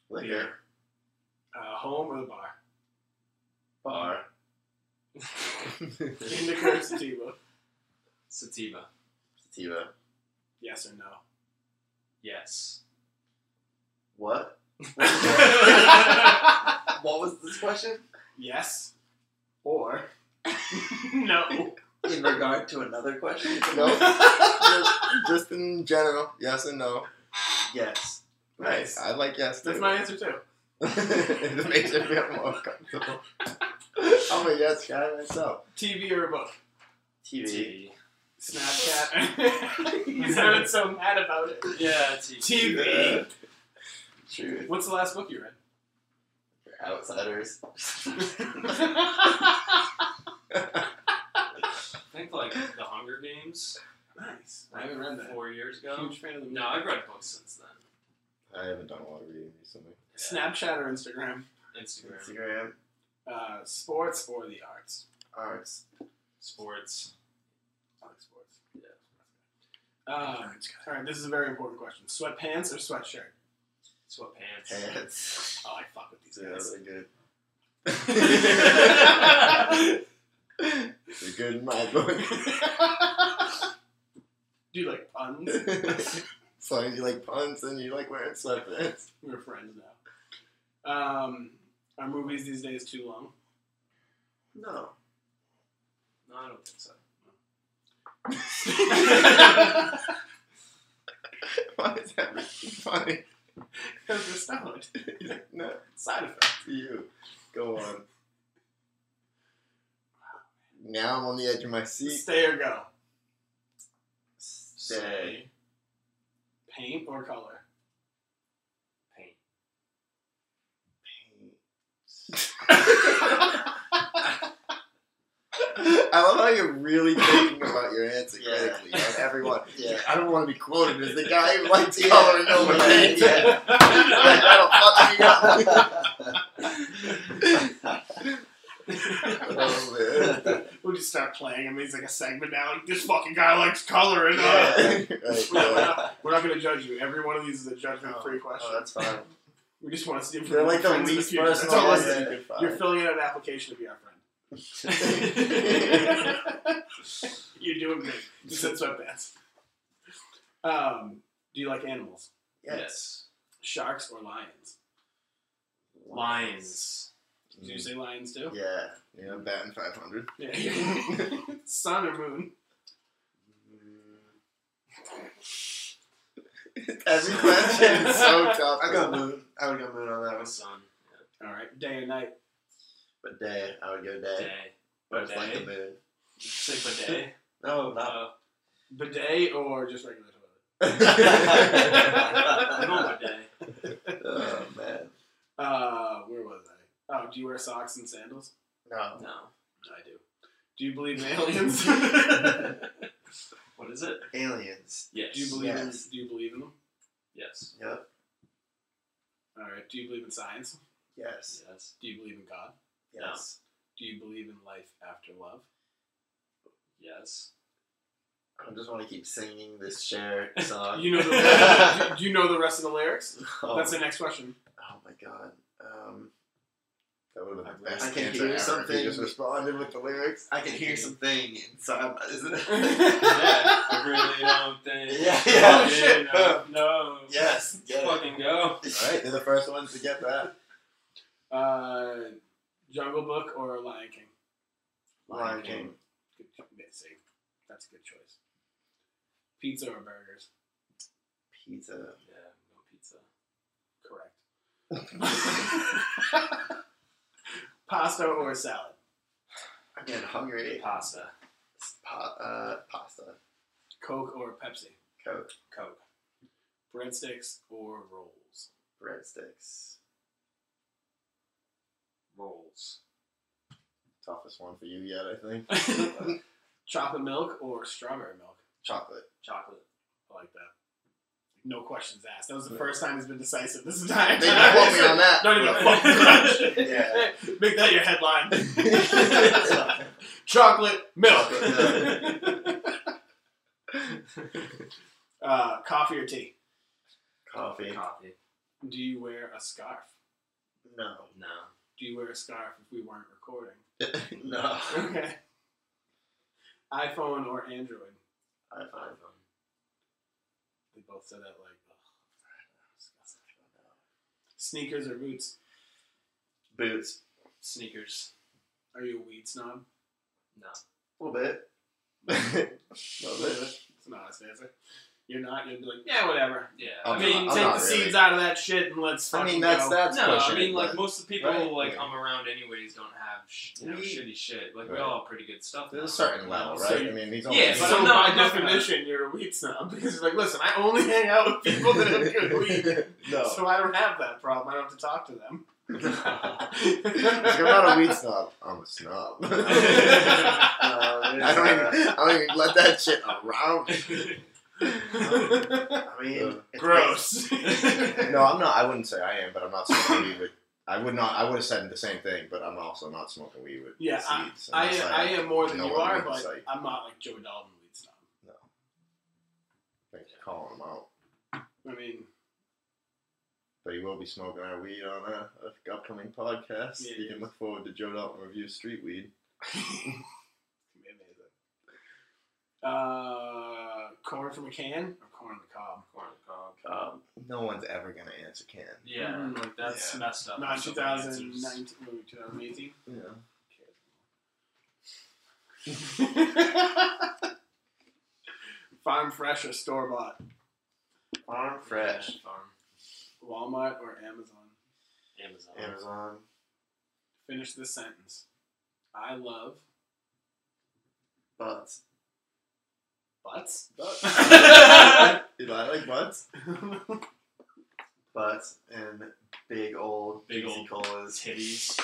Speaker 1: Like
Speaker 5: Beer.
Speaker 4: Uh, home or the bar?
Speaker 1: bar.
Speaker 4: Indica or sativa?
Speaker 5: Sativa.
Speaker 1: Sativa.
Speaker 4: Yes or no?
Speaker 5: Yes.
Speaker 3: What? What was this question?
Speaker 4: yes or no?
Speaker 3: In regard to another question?
Speaker 1: No. just, just in general, yes and no.
Speaker 3: Yes.
Speaker 4: Nice.
Speaker 1: I like yes.
Speaker 4: That's
Speaker 1: too.
Speaker 4: my answer too.
Speaker 1: it makes me feel more comfortable. I'm a yes guy myself.
Speaker 4: TV or a book?
Speaker 3: TV.
Speaker 4: Snapchat. He's not so mad about it.
Speaker 5: Yeah, TV.
Speaker 4: TV.
Speaker 3: True.
Speaker 4: What's the last book you read?
Speaker 3: Outsiders.
Speaker 5: I think like The Hunger Games.
Speaker 4: nice. I
Speaker 5: like,
Speaker 4: haven't read that.
Speaker 5: Four years ago.
Speaker 4: Huge fan of the movie.
Speaker 5: No, I've read books since then.
Speaker 1: I haven't done a lot of reading recently.
Speaker 5: Yeah.
Speaker 4: Snapchat or Instagram?
Speaker 5: Instagram,
Speaker 3: Instagram.
Speaker 4: Uh, sports or the arts?
Speaker 3: Arts.
Speaker 5: sports.
Speaker 4: I like sports. Yeah. Um, all right, this is a very important question. Sweatpants or sweatshirt?
Speaker 5: Sweatpants.
Speaker 1: Pants.
Speaker 4: Oh, I fuck with these
Speaker 1: Yeah,
Speaker 4: guys.
Speaker 1: they're good. they're good in my book.
Speaker 4: Do you like puns?
Speaker 1: as long as you like puns and you like wearing sweatpants.
Speaker 4: We're friends now. Um, are movies these days too long?
Speaker 3: No.
Speaker 5: No, I don't think so.
Speaker 4: Because
Speaker 1: Why is that funny?
Speaker 4: we're stoned.
Speaker 1: No,
Speaker 4: Side effect.
Speaker 1: to you. Go on. Now I'm on the edge of my seat.
Speaker 4: Stay or go?
Speaker 3: Stay.
Speaker 4: Paint or color?
Speaker 5: Paint.
Speaker 1: I love how you're really thinking about your answer
Speaker 3: Yeah.
Speaker 1: critically on everyone.
Speaker 3: Yeah.
Speaker 1: I don't want to be quoted as the guy who likes
Speaker 3: Yeah.
Speaker 1: coloring over
Speaker 3: Yeah.
Speaker 1: paint.
Speaker 3: Yeah.
Speaker 1: That'll fuck me up. Oh, man.
Speaker 4: We'll just start playing him. He's like a segment now. Like, this fucking guy likes color. And, uh,
Speaker 1: Yeah. Right,
Speaker 4: we're,
Speaker 1: go on.
Speaker 4: not, we're not gonna judge you. Every one of these is a judgment-free question.
Speaker 3: Oh, that's fine.
Speaker 4: we just want to see if
Speaker 1: They're
Speaker 4: we're
Speaker 1: like the
Speaker 4: friends in
Speaker 1: least
Speaker 4: future. That's
Speaker 1: personal
Speaker 4: all
Speaker 1: ones
Speaker 4: this
Speaker 1: that
Speaker 4: is.
Speaker 1: you could
Speaker 4: You're
Speaker 1: find.
Speaker 4: filling out an application to be our
Speaker 1: yeah,
Speaker 4: friend. You're doing great. You said sweatpants. Um, do you like animals?
Speaker 5: Yes.
Speaker 4: Sharks or lions?
Speaker 5: Lions.
Speaker 4: Did
Speaker 1: Mm.
Speaker 4: you say lions too?
Speaker 3: Yeah.
Speaker 1: I'm batting 500.
Speaker 4: Sun or moon?
Speaker 1: Every question is so tough.
Speaker 3: I got moon. I would go moon on that
Speaker 5: My
Speaker 3: one.
Speaker 5: son.
Speaker 4: All right, day and night.
Speaker 3: But day, I would go
Speaker 5: Yeah.
Speaker 3: day.
Speaker 5: Day.
Speaker 3: But it's like the
Speaker 5: Bidet?
Speaker 3: moon.
Speaker 5: Did you say bidet?
Speaker 3: No, not.
Speaker 5: Uh,
Speaker 4: Bidet or just regular toilet?
Speaker 5: no bidet.
Speaker 3: oh man.
Speaker 4: Uh, where was I? Oh, do you wear socks and sandals?
Speaker 3: No.
Speaker 5: No.
Speaker 4: I do. Do you believe in aliens?
Speaker 5: What is it?
Speaker 3: Aliens.
Speaker 5: Yes.
Speaker 4: do you believe
Speaker 3: Yes.
Speaker 4: in Do you believe in them?
Speaker 5: Yes.
Speaker 3: Yep.
Speaker 4: All right. Do you believe in science?
Speaker 3: Yes.
Speaker 5: Yes.
Speaker 4: Do you believe in God?
Speaker 5: No.
Speaker 3: Yes.
Speaker 4: Do you believe in life after love?
Speaker 5: Yes.
Speaker 3: I just want to keep singing this share song.
Speaker 4: You know the do, do you know the rest of the lyrics?
Speaker 3: oh,
Speaker 4: That's the next question.
Speaker 3: oh my god. Um,
Speaker 1: That would have been the
Speaker 3: I
Speaker 1: best
Speaker 3: can
Speaker 1: answer
Speaker 3: hear
Speaker 1: ever if
Speaker 3: something.
Speaker 1: you just responded with the lyrics.
Speaker 3: I can hear something inside. my- Isn't
Speaker 5: yeah.
Speaker 3: it?
Speaker 5: I really don't think. Oh,
Speaker 3: Yeah, yeah.
Speaker 5: I
Speaker 3: Shit.
Speaker 5: don't know.
Speaker 3: yes. Get it.
Speaker 5: Fucking go.
Speaker 1: All right, they're the first ones to get that.
Speaker 4: Uh, Jungle Book or Lion King?
Speaker 3: Lion King.
Speaker 4: Good cho- yeah, see, That's a good choice. Pizza or burgers?
Speaker 3: Pizza.
Speaker 5: Yeah. No pizza.
Speaker 4: Correct. Pasta or salad?
Speaker 3: I'm getting hungry.
Speaker 4: Pasta.
Speaker 3: Pa- uh, pasta,
Speaker 4: Coke or Pepsi?
Speaker 3: Coke,
Speaker 4: Coke. Breadsticks or rolls?
Speaker 3: breadsticks.
Speaker 5: Rolls.
Speaker 1: Toughest one for you yet, I think.
Speaker 4: Chocolate milk or strawberry milk?
Speaker 1: Chocolate.
Speaker 4: Chocolate. I like that. No questions asked. That was the first time it's been decisive this entire
Speaker 1: They can quote me
Speaker 4: time.
Speaker 1: on that.
Speaker 4: Don't even
Speaker 1: but-
Speaker 4: fuck with
Speaker 1: Yeah.
Speaker 4: that. Make that your headline. Chocolate milk.
Speaker 1: Chocolate
Speaker 4: uh, coffee or tea?
Speaker 3: Coffee.
Speaker 5: Coffee.
Speaker 4: Do you wear a scarf?
Speaker 3: No.
Speaker 5: No.
Speaker 4: Do you wear a scarf if we weren't recording?
Speaker 3: No.
Speaker 4: Okay. iPhone or Android?
Speaker 3: I find
Speaker 5: iPhone.
Speaker 4: They both said that like. Ugh. Sneakers or boots?
Speaker 3: boots
Speaker 5: Sneakers.
Speaker 4: Are you a weed snob?
Speaker 5: No.
Speaker 3: a little bit. a little bit.
Speaker 4: It's an honest answer. You're not. You'd be like, yeah, whatever.
Speaker 5: Yeah.
Speaker 1: I'm
Speaker 5: I
Speaker 4: I mean,
Speaker 5: mean,
Speaker 1: I'm
Speaker 4: take
Speaker 1: not
Speaker 4: the
Speaker 1: really.
Speaker 4: seeds out of that shit and let's.
Speaker 1: I mean,
Speaker 4: fucking
Speaker 1: that's
Speaker 4: go.
Speaker 1: that's
Speaker 5: no,
Speaker 1: pushing.
Speaker 5: I mean,
Speaker 1: it,
Speaker 5: like
Speaker 1: but
Speaker 5: most of the people
Speaker 1: right?
Speaker 5: like
Speaker 1: Yeah.
Speaker 5: I'm around anyways don't have sh- you know,
Speaker 1: We-
Speaker 5: shitty shit. Like we
Speaker 1: Right.
Speaker 5: all have pretty good stuff.
Speaker 1: there's a
Speaker 5: now.
Speaker 1: certain level,
Speaker 4: So
Speaker 1: right?
Speaker 4: you-
Speaker 1: I mean, he's
Speaker 5: Yeah,
Speaker 1: only.
Speaker 5: but
Speaker 4: so
Speaker 5: I'm not-
Speaker 4: by
Speaker 5: I'm not-
Speaker 4: definition, you're a weed snob because you're like, listen, I only hang out with people that have good weed,
Speaker 1: no.
Speaker 4: so I don't have that problem. I don't have to talk to them.
Speaker 1: Like, I'm not a weed snob. I'm a snob. I
Speaker 3: Uh,
Speaker 1: don't even. I don't even let that shit around. me.
Speaker 3: I mean,
Speaker 1: Uh,
Speaker 3: it's
Speaker 4: Gross.
Speaker 1: No, I'm not. I wouldn't say I am, but I'm not smoking weed. With, I would not. I would have said the same thing, but I'm also not smoking weed with
Speaker 4: Yeah,
Speaker 1: seeds.
Speaker 4: I,
Speaker 1: unless
Speaker 4: I uh, am more than
Speaker 1: no
Speaker 4: you
Speaker 1: one
Speaker 4: are,
Speaker 1: would
Speaker 4: but
Speaker 1: say-
Speaker 4: I'm not like Joe Dalton weed snob.
Speaker 1: Thanks for calling him out.
Speaker 4: I mean,
Speaker 1: But he will be smoking our weed on a, a upcoming podcast.
Speaker 4: Yeah,
Speaker 1: you
Speaker 4: yeah.
Speaker 1: can look forward to Joe Dalton review Street Weed.
Speaker 4: it'd be amazing. Uh, corn from a can or corn on the cob?
Speaker 5: Corn on the cob.
Speaker 3: gross. Um,
Speaker 1: No one's ever gonna answer can.
Speaker 5: Yeah,
Speaker 4: Mm.
Speaker 5: like that's
Speaker 1: Yeah.
Speaker 5: messed up.
Speaker 4: Not
Speaker 5: That's what the answers-
Speaker 4: 2019, maybe 2018.
Speaker 1: Yeah.
Speaker 4: Farm fresh or store bought?
Speaker 3: farm
Speaker 5: Yeah,
Speaker 3: fresh.
Speaker 5: farm.
Speaker 4: Walmart or Amazon?
Speaker 5: Amazon.
Speaker 3: Amazon.
Speaker 4: Finish this sentence. I love
Speaker 3: But
Speaker 4: butts.
Speaker 1: Did I like butts?
Speaker 3: but and big old
Speaker 5: Big
Speaker 3: juicy
Speaker 5: old
Speaker 3: colas.
Speaker 5: Titties.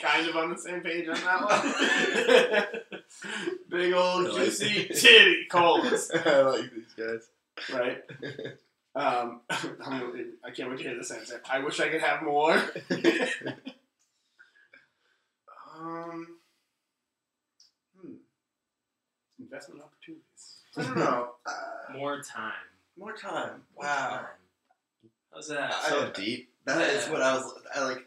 Speaker 4: kind of on the same page on that one. Big old
Speaker 1: I like
Speaker 4: juicy
Speaker 1: it.
Speaker 4: titty colas,
Speaker 1: I like these guys.
Speaker 4: right? Um, I, mean, I can't wait to hear this answer. I wish I could have more. um, hmm. investment opportunities.
Speaker 3: I don't know. Uh,
Speaker 5: More time.
Speaker 3: more time.
Speaker 5: More
Speaker 3: Wow.
Speaker 5: time. How's that?
Speaker 3: I-
Speaker 1: So deep.
Speaker 3: That is what I was. I like.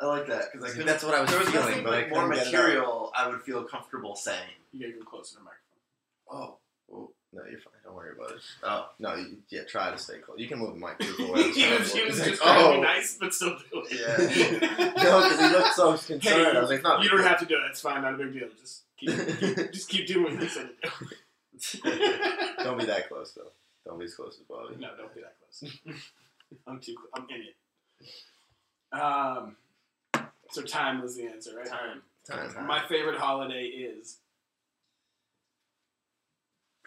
Speaker 3: I like that because like that's
Speaker 1: what I
Speaker 3: if there was nothing
Speaker 1: I
Speaker 3: like more
Speaker 1: couldn't get it out.
Speaker 3: material. I would feel comfortable saying.
Speaker 4: You gotta go closer to the microphone.
Speaker 1: Oh. oh, No, you're fine. Don't worry about it. Oh no, you, yeah. Try to stay close. You can move the mic too. for what it's
Speaker 4: he
Speaker 1: trying
Speaker 4: was,
Speaker 1: to
Speaker 4: he
Speaker 1: do.
Speaker 4: was
Speaker 1: It's
Speaker 4: just
Speaker 1: like,
Speaker 4: trying to
Speaker 1: oh.
Speaker 4: be nice, but still do it.
Speaker 1: No, because he looked so concerned. I was like, no.
Speaker 4: you don't have to do it. It's fine. Not a big deal. Just keep, keep- just keep doing what you said to do.
Speaker 1: Don't be that close though. Don't be as close as Bobby.
Speaker 4: no, don't be that close. I'm too. Cl- I'm in it. Um. So time was the answer, right?
Speaker 5: Time.
Speaker 1: Time.
Speaker 4: My favorite holiday is.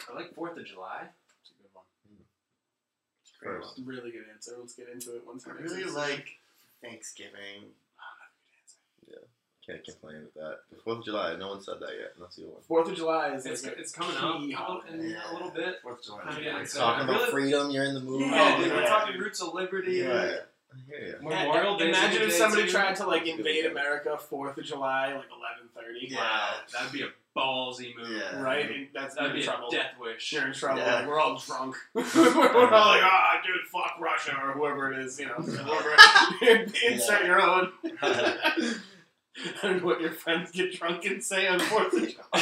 Speaker 5: I like Fourth of July.
Speaker 4: It's a good one.
Speaker 1: First.
Speaker 4: It's a really good answer. Let's get into it once.
Speaker 3: I
Speaker 4: it makes
Speaker 3: really
Speaker 4: sense.
Speaker 3: like Thanksgiving.
Speaker 1: Can't complain with that. The Fourth of July. No one said that yet. and That's the one.
Speaker 4: Fourth of July is
Speaker 5: It's,
Speaker 4: like a
Speaker 5: it's coming up
Speaker 4: key holiday.
Speaker 5: in a little bit.
Speaker 3: Fourth of July.
Speaker 5: I mean,
Speaker 3: Yeah.
Speaker 5: it's-
Speaker 1: Talking about
Speaker 5: Really?
Speaker 1: freedom. You're in the movie.
Speaker 5: Yeah,
Speaker 4: Oh,
Speaker 5: dude, we're
Speaker 4: yeah.
Speaker 5: talking roots of liberty.
Speaker 1: Yeah. I hear ya.
Speaker 5: Memorial Day.
Speaker 4: Imagine if somebody tried to like
Speaker 1: It's really
Speaker 4: invade
Speaker 1: good.
Speaker 4: America Fourth of July, like eleven thirty.
Speaker 5: Wow, that'd be a ballsy move.
Speaker 3: Yeah.
Speaker 4: Right? And that's
Speaker 5: That'd
Speaker 4: that'd
Speaker 5: be
Speaker 4: in trouble.
Speaker 5: a death wish.
Speaker 4: You're in trouble.
Speaker 3: Yeah.
Speaker 4: Like, we're all drunk. we're all like, ah, dude, fuck Russia or whoever it is, you know. whoever- Insert your own. I don't know what your friends get drunk and say on Fourth of July.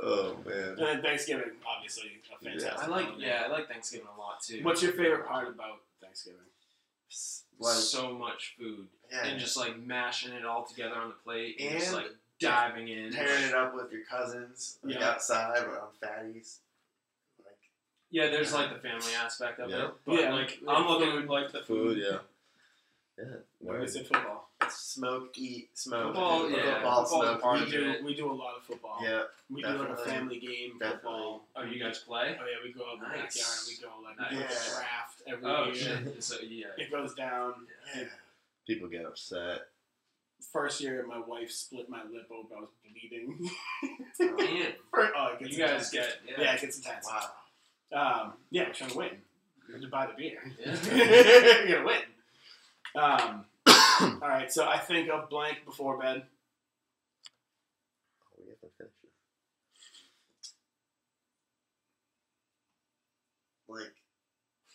Speaker 1: oh man.
Speaker 4: and then Thanksgiving, obviously, a fantastic.
Speaker 5: I like
Speaker 4: holiday.
Speaker 5: yeah, I like Thanksgiving a lot too.
Speaker 4: What's your favorite part about Thanksgiving?
Speaker 3: Like,
Speaker 5: so much food
Speaker 3: yeah.
Speaker 5: and just like mashing it all together on the plate and, just
Speaker 3: And-
Speaker 5: like diving in.
Speaker 3: pairing it up with your cousins like
Speaker 4: Yeah.
Speaker 3: outside or on fatties. Like
Speaker 5: Yeah, there's like the family aspect of
Speaker 1: Yeah.
Speaker 5: it. But
Speaker 4: Yeah.
Speaker 5: like
Speaker 4: Yeah.
Speaker 5: I'm looking at like the
Speaker 1: Food, yeah. Yeah.
Speaker 4: Where
Speaker 1: word.
Speaker 4: is it football?
Speaker 3: Smoke, eat, smoke.
Speaker 5: Football,
Speaker 3: football,
Speaker 5: yeah.
Speaker 3: football
Speaker 4: Football's
Speaker 3: smoke,
Speaker 4: a
Speaker 5: part
Speaker 4: we
Speaker 5: of
Speaker 3: eat.
Speaker 4: do
Speaker 5: it.
Speaker 4: we do a lot of football.
Speaker 3: Yeah,
Speaker 4: we do like a
Speaker 3: definitely.
Speaker 4: family game
Speaker 3: Definitely.
Speaker 4: football.
Speaker 5: Oh, you guys play?
Speaker 4: Oh yeah, we go out in the
Speaker 5: Nice.
Speaker 4: backyard and we go like we do a
Speaker 3: Nice.
Speaker 4: draft every
Speaker 5: Oh
Speaker 4: year.
Speaker 5: shit. So yeah.
Speaker 4: It goes down.
Speaker 3: yeah.
Speaker 1: People get upset.
Speaker 4: First year, my wife split my lip open. I was bleeding.
Speaker 5: Damn.
Speaker 4: First, oh, it gets
Speaker 5: You guys
Speaker 4: intense.
Speaker 5: get
Speaker 4: yeah.
Speaker 5: yeah.
Speaker 4: it gets intense.
Speaker 3: Wow.
Speaker 4: Um, yeah, we're trying to win. We're to buy the beer.
Speaker 5: Yeah.
Speaker 4: You're gonna win. Um, all right, so I think of blank before bed.
Speaker 1: Oh, we have to finish it.
Speaker 3: Like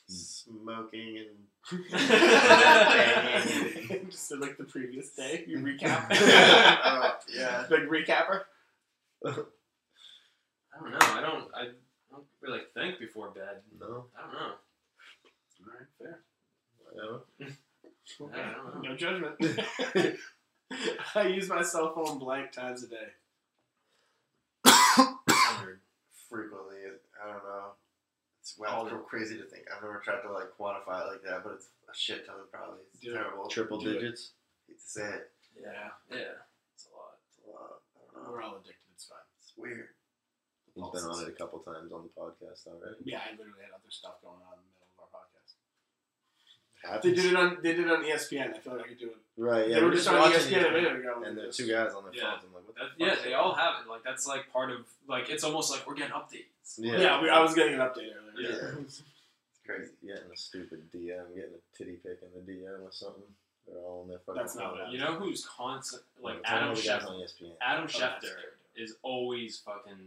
Speaker 3: smoking and
Speaker 4: Just so, like the previous day, you
Speaker 1: Mm-hmm.
Speaker 4: recap.
Speaker 3: Oh, yeah.
Speaker 4: Big recapper.
Speaker 5: I don't know. I don't. I don't really think before bed.
Speaker 1: No,
Speaker 5: I don't know.
Speaker 4: All right, fair.
Speaker 1: no.
Speaker 5: I don't know.
Speaker 4: No judgment. I use my cell phone blank times a day.
Speaker 5: Hundred.
Speaker 3: frequently. I don't know. It's
Speaker 5: All
Speaker 3: well,
Speaker 5: the-
Speaker 3: it's crazy to think. I've never tried to like quantify it like that, but it's a shit ton probably. It's
Speaker 4: Dude.
Speaker 3: terrible.
Speaker 1: Triple
Speaker 4: Do it.
Speaker 1: digits.
Speaker 3: hate to say it.
Speaker 4: Yeah,
Speaker 5: Yeah. It's a lot.
Speaker 3: It's a lot. I don't know.
Speaker 4: we're all addicted. It's fine.
Speaker 3: It's weird.
Speaker 1: He's been on it a couple times on the podcast already.
Speaker 4: Yeah, I literally had other stuff going on in the middle of our podcast. They
Speaker 1: Happens.
Speaker 4: did it on. They did it on E ESPN. I feel like I could do it.
Speaker 1: Right, yeah.
Speaker 4: they
Speaker 1: we're
Speaker 4: were just on E
Speaker 1: watching
Speaker 4: ESPN a
Speaker 1: it,
Speaker 4: minute ago.
Speaker 1: And there are two guys on their
Speaker 5: Yeah.
Speaker 1: phones. I'm like, what the
Speaker 5: That,
Speaker 1: fuck?
Speaker 5: yeah, they all have it. Like that's like part of like it's almost like we're getting updates.
Speaker 1: Yeah.
Speaker 4: Yeah, we, I was getting an update earlier.
Speaker 1: Yeah.
Speaker 3: It's crazy.
Speaker 1: Getting a stupid DM, getting a titty pic in the DM or something. They're all on their fucking
Speaker 4: That's not
Speaker 1: phone.
Speaker 4: what
Speaker 5: You know who's constant like
Speaker 1: It's
Speaker 5: Adam
Speaker 1: all the guys
Speaker 5: Schefter.
Speaker 1: on E ESPN.
Speaker 4: Oh,
Speaker 5: Adam
Speaker 4: that's
Speaker 5: Schefter
Speaker 4: true.
Speaker 5: is always fucking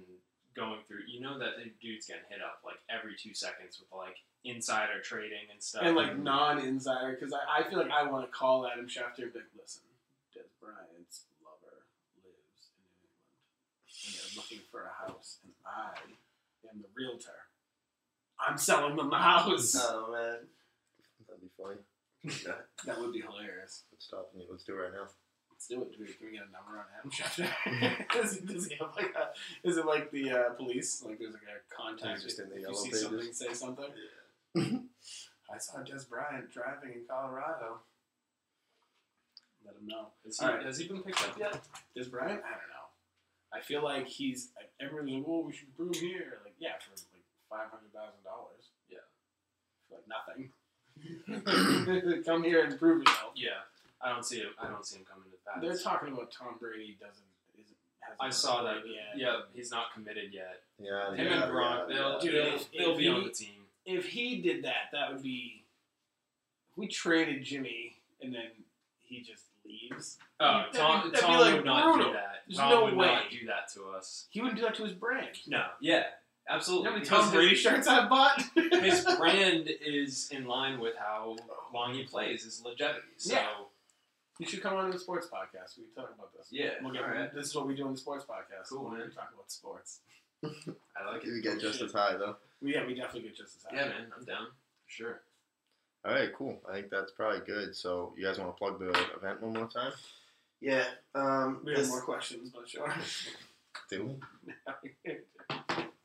Speaker 5: going through. You know that the dude's getting hit up like every two seconds with like insider trading and stuff.
Speaker 4: and like non-insider because I, I feel like I want to call Adam Schefter and be like, listen, Des Bryant's lover lives in New England, and they're looking for a house, and I am the realtor. I'm selling them the house.
Speaker 3: Oh man.
Speaker 1: That'd be funny.
Speaker 4: That would be hilarious.
Speaker 1: Let's stop and let's do it right now.
Speaker 4: Let's do it. Do we, can we get a number on Adam Schefter? does,
Speaker 1: Mm-hmm.
Speaker 4: he, does he have like a? Is it like the uh, police? Like there's like a contact.
Speaker 1: He's just in the
Speaker 4: if
Speaker 1: yellow
Speaker 4: you see
Speaker 1: pages.
Speaker 4: something, say something. I saw Des Bryant driving in Colorado. Let him know.
Speaker 5: Is he,
Speaker 4: All right.
Speaker 5: has he been picked up yet?
Speaker 4: Is Bryant? I don't know. I feel like he's everyone's like, "Whoa, we should brew him here." Like, yeah, for like five hundred thousand dollars.
Speaker 5: Yeah.
Speaker 4: for like nothing. Come here and prove yourself.
Speaker 5: Yeah, I don't see him. I don't see him coming to that.
Speaker 4: They're talking about Tom Brady doesn't. Isn't, hasn't
Speaker 5: I saw that.
Speaker 4: yet.
Speaker 5: Yeah, he's not committed yet.
Speaker 1: Yeah.
Speaker 5: Him
Speaker 1: yeah,
Speaker 5: and Gronk,
Speaker 1: yeah,
Speaker 5: they'll,
Speaker 1: yeah.
Speaker 4: Dude,
Speaker 5: they'll,
Speaker 4: if-
Speaker 5: they'll
Speaker 4: if
Speaker 5: be
Speaker 4: he-
Speaker 5: on the team.
Speaker 4: If he did that, that would be. If we traded Jimmy and then he just leaves,
Speaker 5: Oh,
Speaker 4: that'd be-
Speaker 5: Tom,
Speaker 4: that'd be,
Speaker 5: Tom
Speaker 4: like,
Speaker 5: would not
Speaker 4: brutal.
Speaker 5: do that.
Speaker 4: There's
Speaker 5: Tom
Speaker 4: no
Speaker 5: would not
Speaker 4: way.
Speaker 5: do that to us.
Speaker 4: he wouldn't do that to his brand.
Speaker 5: No. Yeah,
Speaker 4: You know
Speaker 5: absolutely.
Speaker 4: how many
Speaker 5: because
Speaker 4: Tom Brady
Speaker 5: his-
Speaker 4: shirts I bought?
Speaker 5: his brand is in line with how long he plays, his longevity. So, yeah.
Speaker 4: Yeah. You should come on to the sports podcast. We can talk about this. We'll get,
Speaker 5: all right.
Speaker 4: This is what we do in the sports podcast.
Speaker 5: Cool,
Speaker 4: we
Speaker 5: man.
Speaker 4: talk about sports.
Speaker 5: I like
Speaker 1: You
Speaker 5: it.
Speaker 1: get just as high though.
Speaker 4: We, yeah, we definitely get just as high.
Speaker 5: Yeah, man, I'm down. Sure.
Speaker 1: All right, cool. I think that's probably good. So you guys want to plug the event one more time?
Speaker 3: Yeah. Um
Speaker 4: We have
Speaker 3: this,
Speaker 4: more questions, but sure.
Speaker 1: Do we?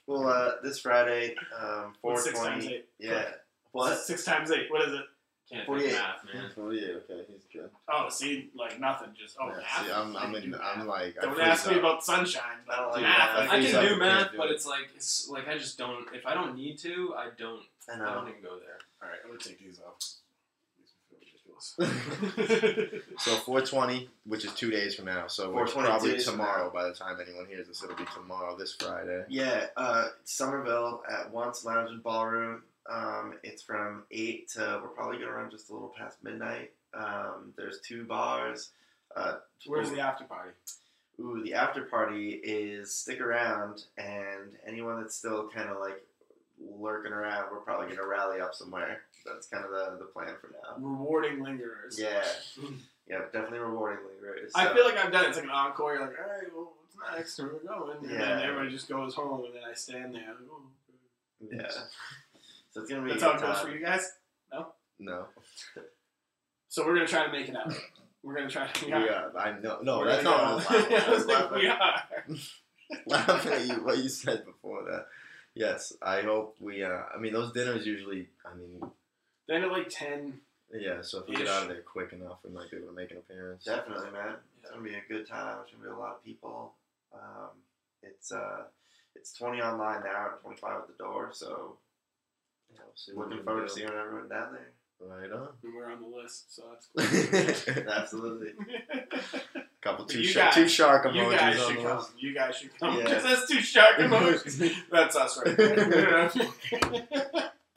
Speaker 3: well uh this Friday, um four
Speaker 4: What's six times
Speaker 3: twenty.
Speaker 4: eight.
Speaker 3: Yeah. What?
Speaker 4: Six times eight. What is it?
Speaker 5: Can't think
Speaker 3: 48.
Speaker 5: math, man.
Speaker 1: Oh yeah, okay, he's good.
Speaker 4: Oh, see, like nothing. Just oh,
Speaker 1: yeah,
Speaker 4: math.
Speaker 1: see, I'm,
Speaker 4: I
Speaker 1: I'm,
Speaker 4: can
Speaker 1: in,
Speaker 4: do
Speaker 1: I'm
Speaker 4: math.
Speaker 1: like, I
Speaker 4: Don't
Speaker 1: freeze
Speaker 4: ask me
Speaker 1: up.
Speaker 4: about sunshine.
Speaker 3: I don't
Speaker 4: But
Speaker 3: like
Speaker 4: math.
Speaker 3: math.
Speaker 1: I
Speaker 5: I
Speaker 1: think
Speaker 5: can
Speaker 1: so.
Speaker 5: do math,
Speaker 1: Can't do
Speaker 5: but
Speaker 1: it.
Speaker 5: it's like it's like I just don't. If I don't need to, I don't.
Speaker 3: I
Speaker 5: I
Speaker 3: know.
Speaker 5: don't even go there.
Speaker 4: All right, I'm gonna take these off. Makes
Speaker 1: So 420, which is two days from now. So which
Speaker 3: 420
Speaker 1: probably
Speaker 3: days from
Speaker 1: tomorrow.
Speaker 3: now.
Speaker 1: By the time anyone hears this, it'll be tomorrow, this Friday.
Speaker 3: Yeah, uh, Somerville at Once Lounge and Ballroom. Um, it's from eight to we're probably gonna run just a little past midnight. Um, there's two bars. Uh,
Speaker 4: Where's the after party?
Speaker 3: Ooh, the after party is stick around, and anyone that's still kind of like lurking around, we're probably gonna rally up somewhere. That's kind of the, the plan for now.
Speaker 4: Rewarding lingerers.
Speaker 3: Yeah, yeah, definitely rewarding lingerers.
Speaker 4: I
Speaker 3: so-
Speaker 4: feel like I've done it. It's like an encore. You're like, all right, well, what's next? Where we're going? And
Speaker 3: Yeah.
Speaker 4: then everybody just goes home, and then I stand there. Like, oh, okay.
Speaker 3: yeah. So it's gonna be
Speaker 4: That's
Speaker 3: a
Speaker 4: how
Speaker 3: good
Speaker 4: it goes
Speaker 3: time.
Speaker 4: for you guys.
Speaker 1: No,
Speaker 4: So we're gonna try to make it out. We're gonna try to.
Speaker 1: we are. I know. No,
Speaker 4: We're
Speaker 1: that's
Speaker 4: gonna
Speaker 1: not.
Speaker 4: go.
Speaker 1: what I'm laughing
Speaker 4: I was
Speaker 1: at.
Speaker 4: like, we are.
Speaker 1: laughing at you what you said before that. Yes, I hope we. Uh, I mean, those dinners usually. I mean,
Speaker 4: Then at like ten,
Speaker 1: yeah. So if we get out of there quick enough, we might be able to make an appearance.
Speaker 3: Definitely, man. It's gonna be a good time. It's gonna be a lot of people. Um, it's uh, it's twenty online now and twenty five at the door. So
Speaker 1: Yeah, we'll see what we
Speaker 3: looking
Speaker 1: can
Speaker 3: forward to
Speaker 1: do.
Speaker 3: seeing everyone down there.
Speaker 1: Right on.
Speaker 4: and we're on the list, so that's
Speaker 3: Absolutely.
Speaker 4: cool.
Speaker 1: Couple two,
Speaker 4: You
Speaker 1: sh-
Speaker 4: guys-
Speaker 1: two shark
Speaker 4: you
Speaker 1: emojis
Speaker 4: guys
Speaker 1: on
Speaker 4: should
Speaker 1: the
Speaker 4: come.
Speaker 1: list.
Speaker 4: You guys should come
Speaker 1: Yeah.
Speaker 4: because that's two shark emojis. That's us right there.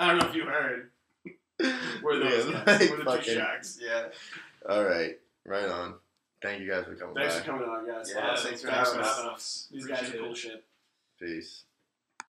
Speaker 4: I don't know if you heard. We're those
Speaker 1: Yeah,
Speaker 4: guys.
Speaker 1: like
Speaker 4: We're the two
Speaker 1: fucking-
Speaker 4: sharks.
Speaker 3: yeah.
Speaker 1: All right, right on. Thank you guys for coming
Speaker 4: Thanks
Speaker 1: by.
Speaker 4: for coming on, guys.
Speaker 3: Yeah,
Speaker 4: Uh,
Speaker 3: thanks for having us.
Speaker 4: These guys are
Speaker 5: Appreciate
Speaker 4: cool
Speaker 5: it.
Speaker 4: shit.
Speaker 1: Peace.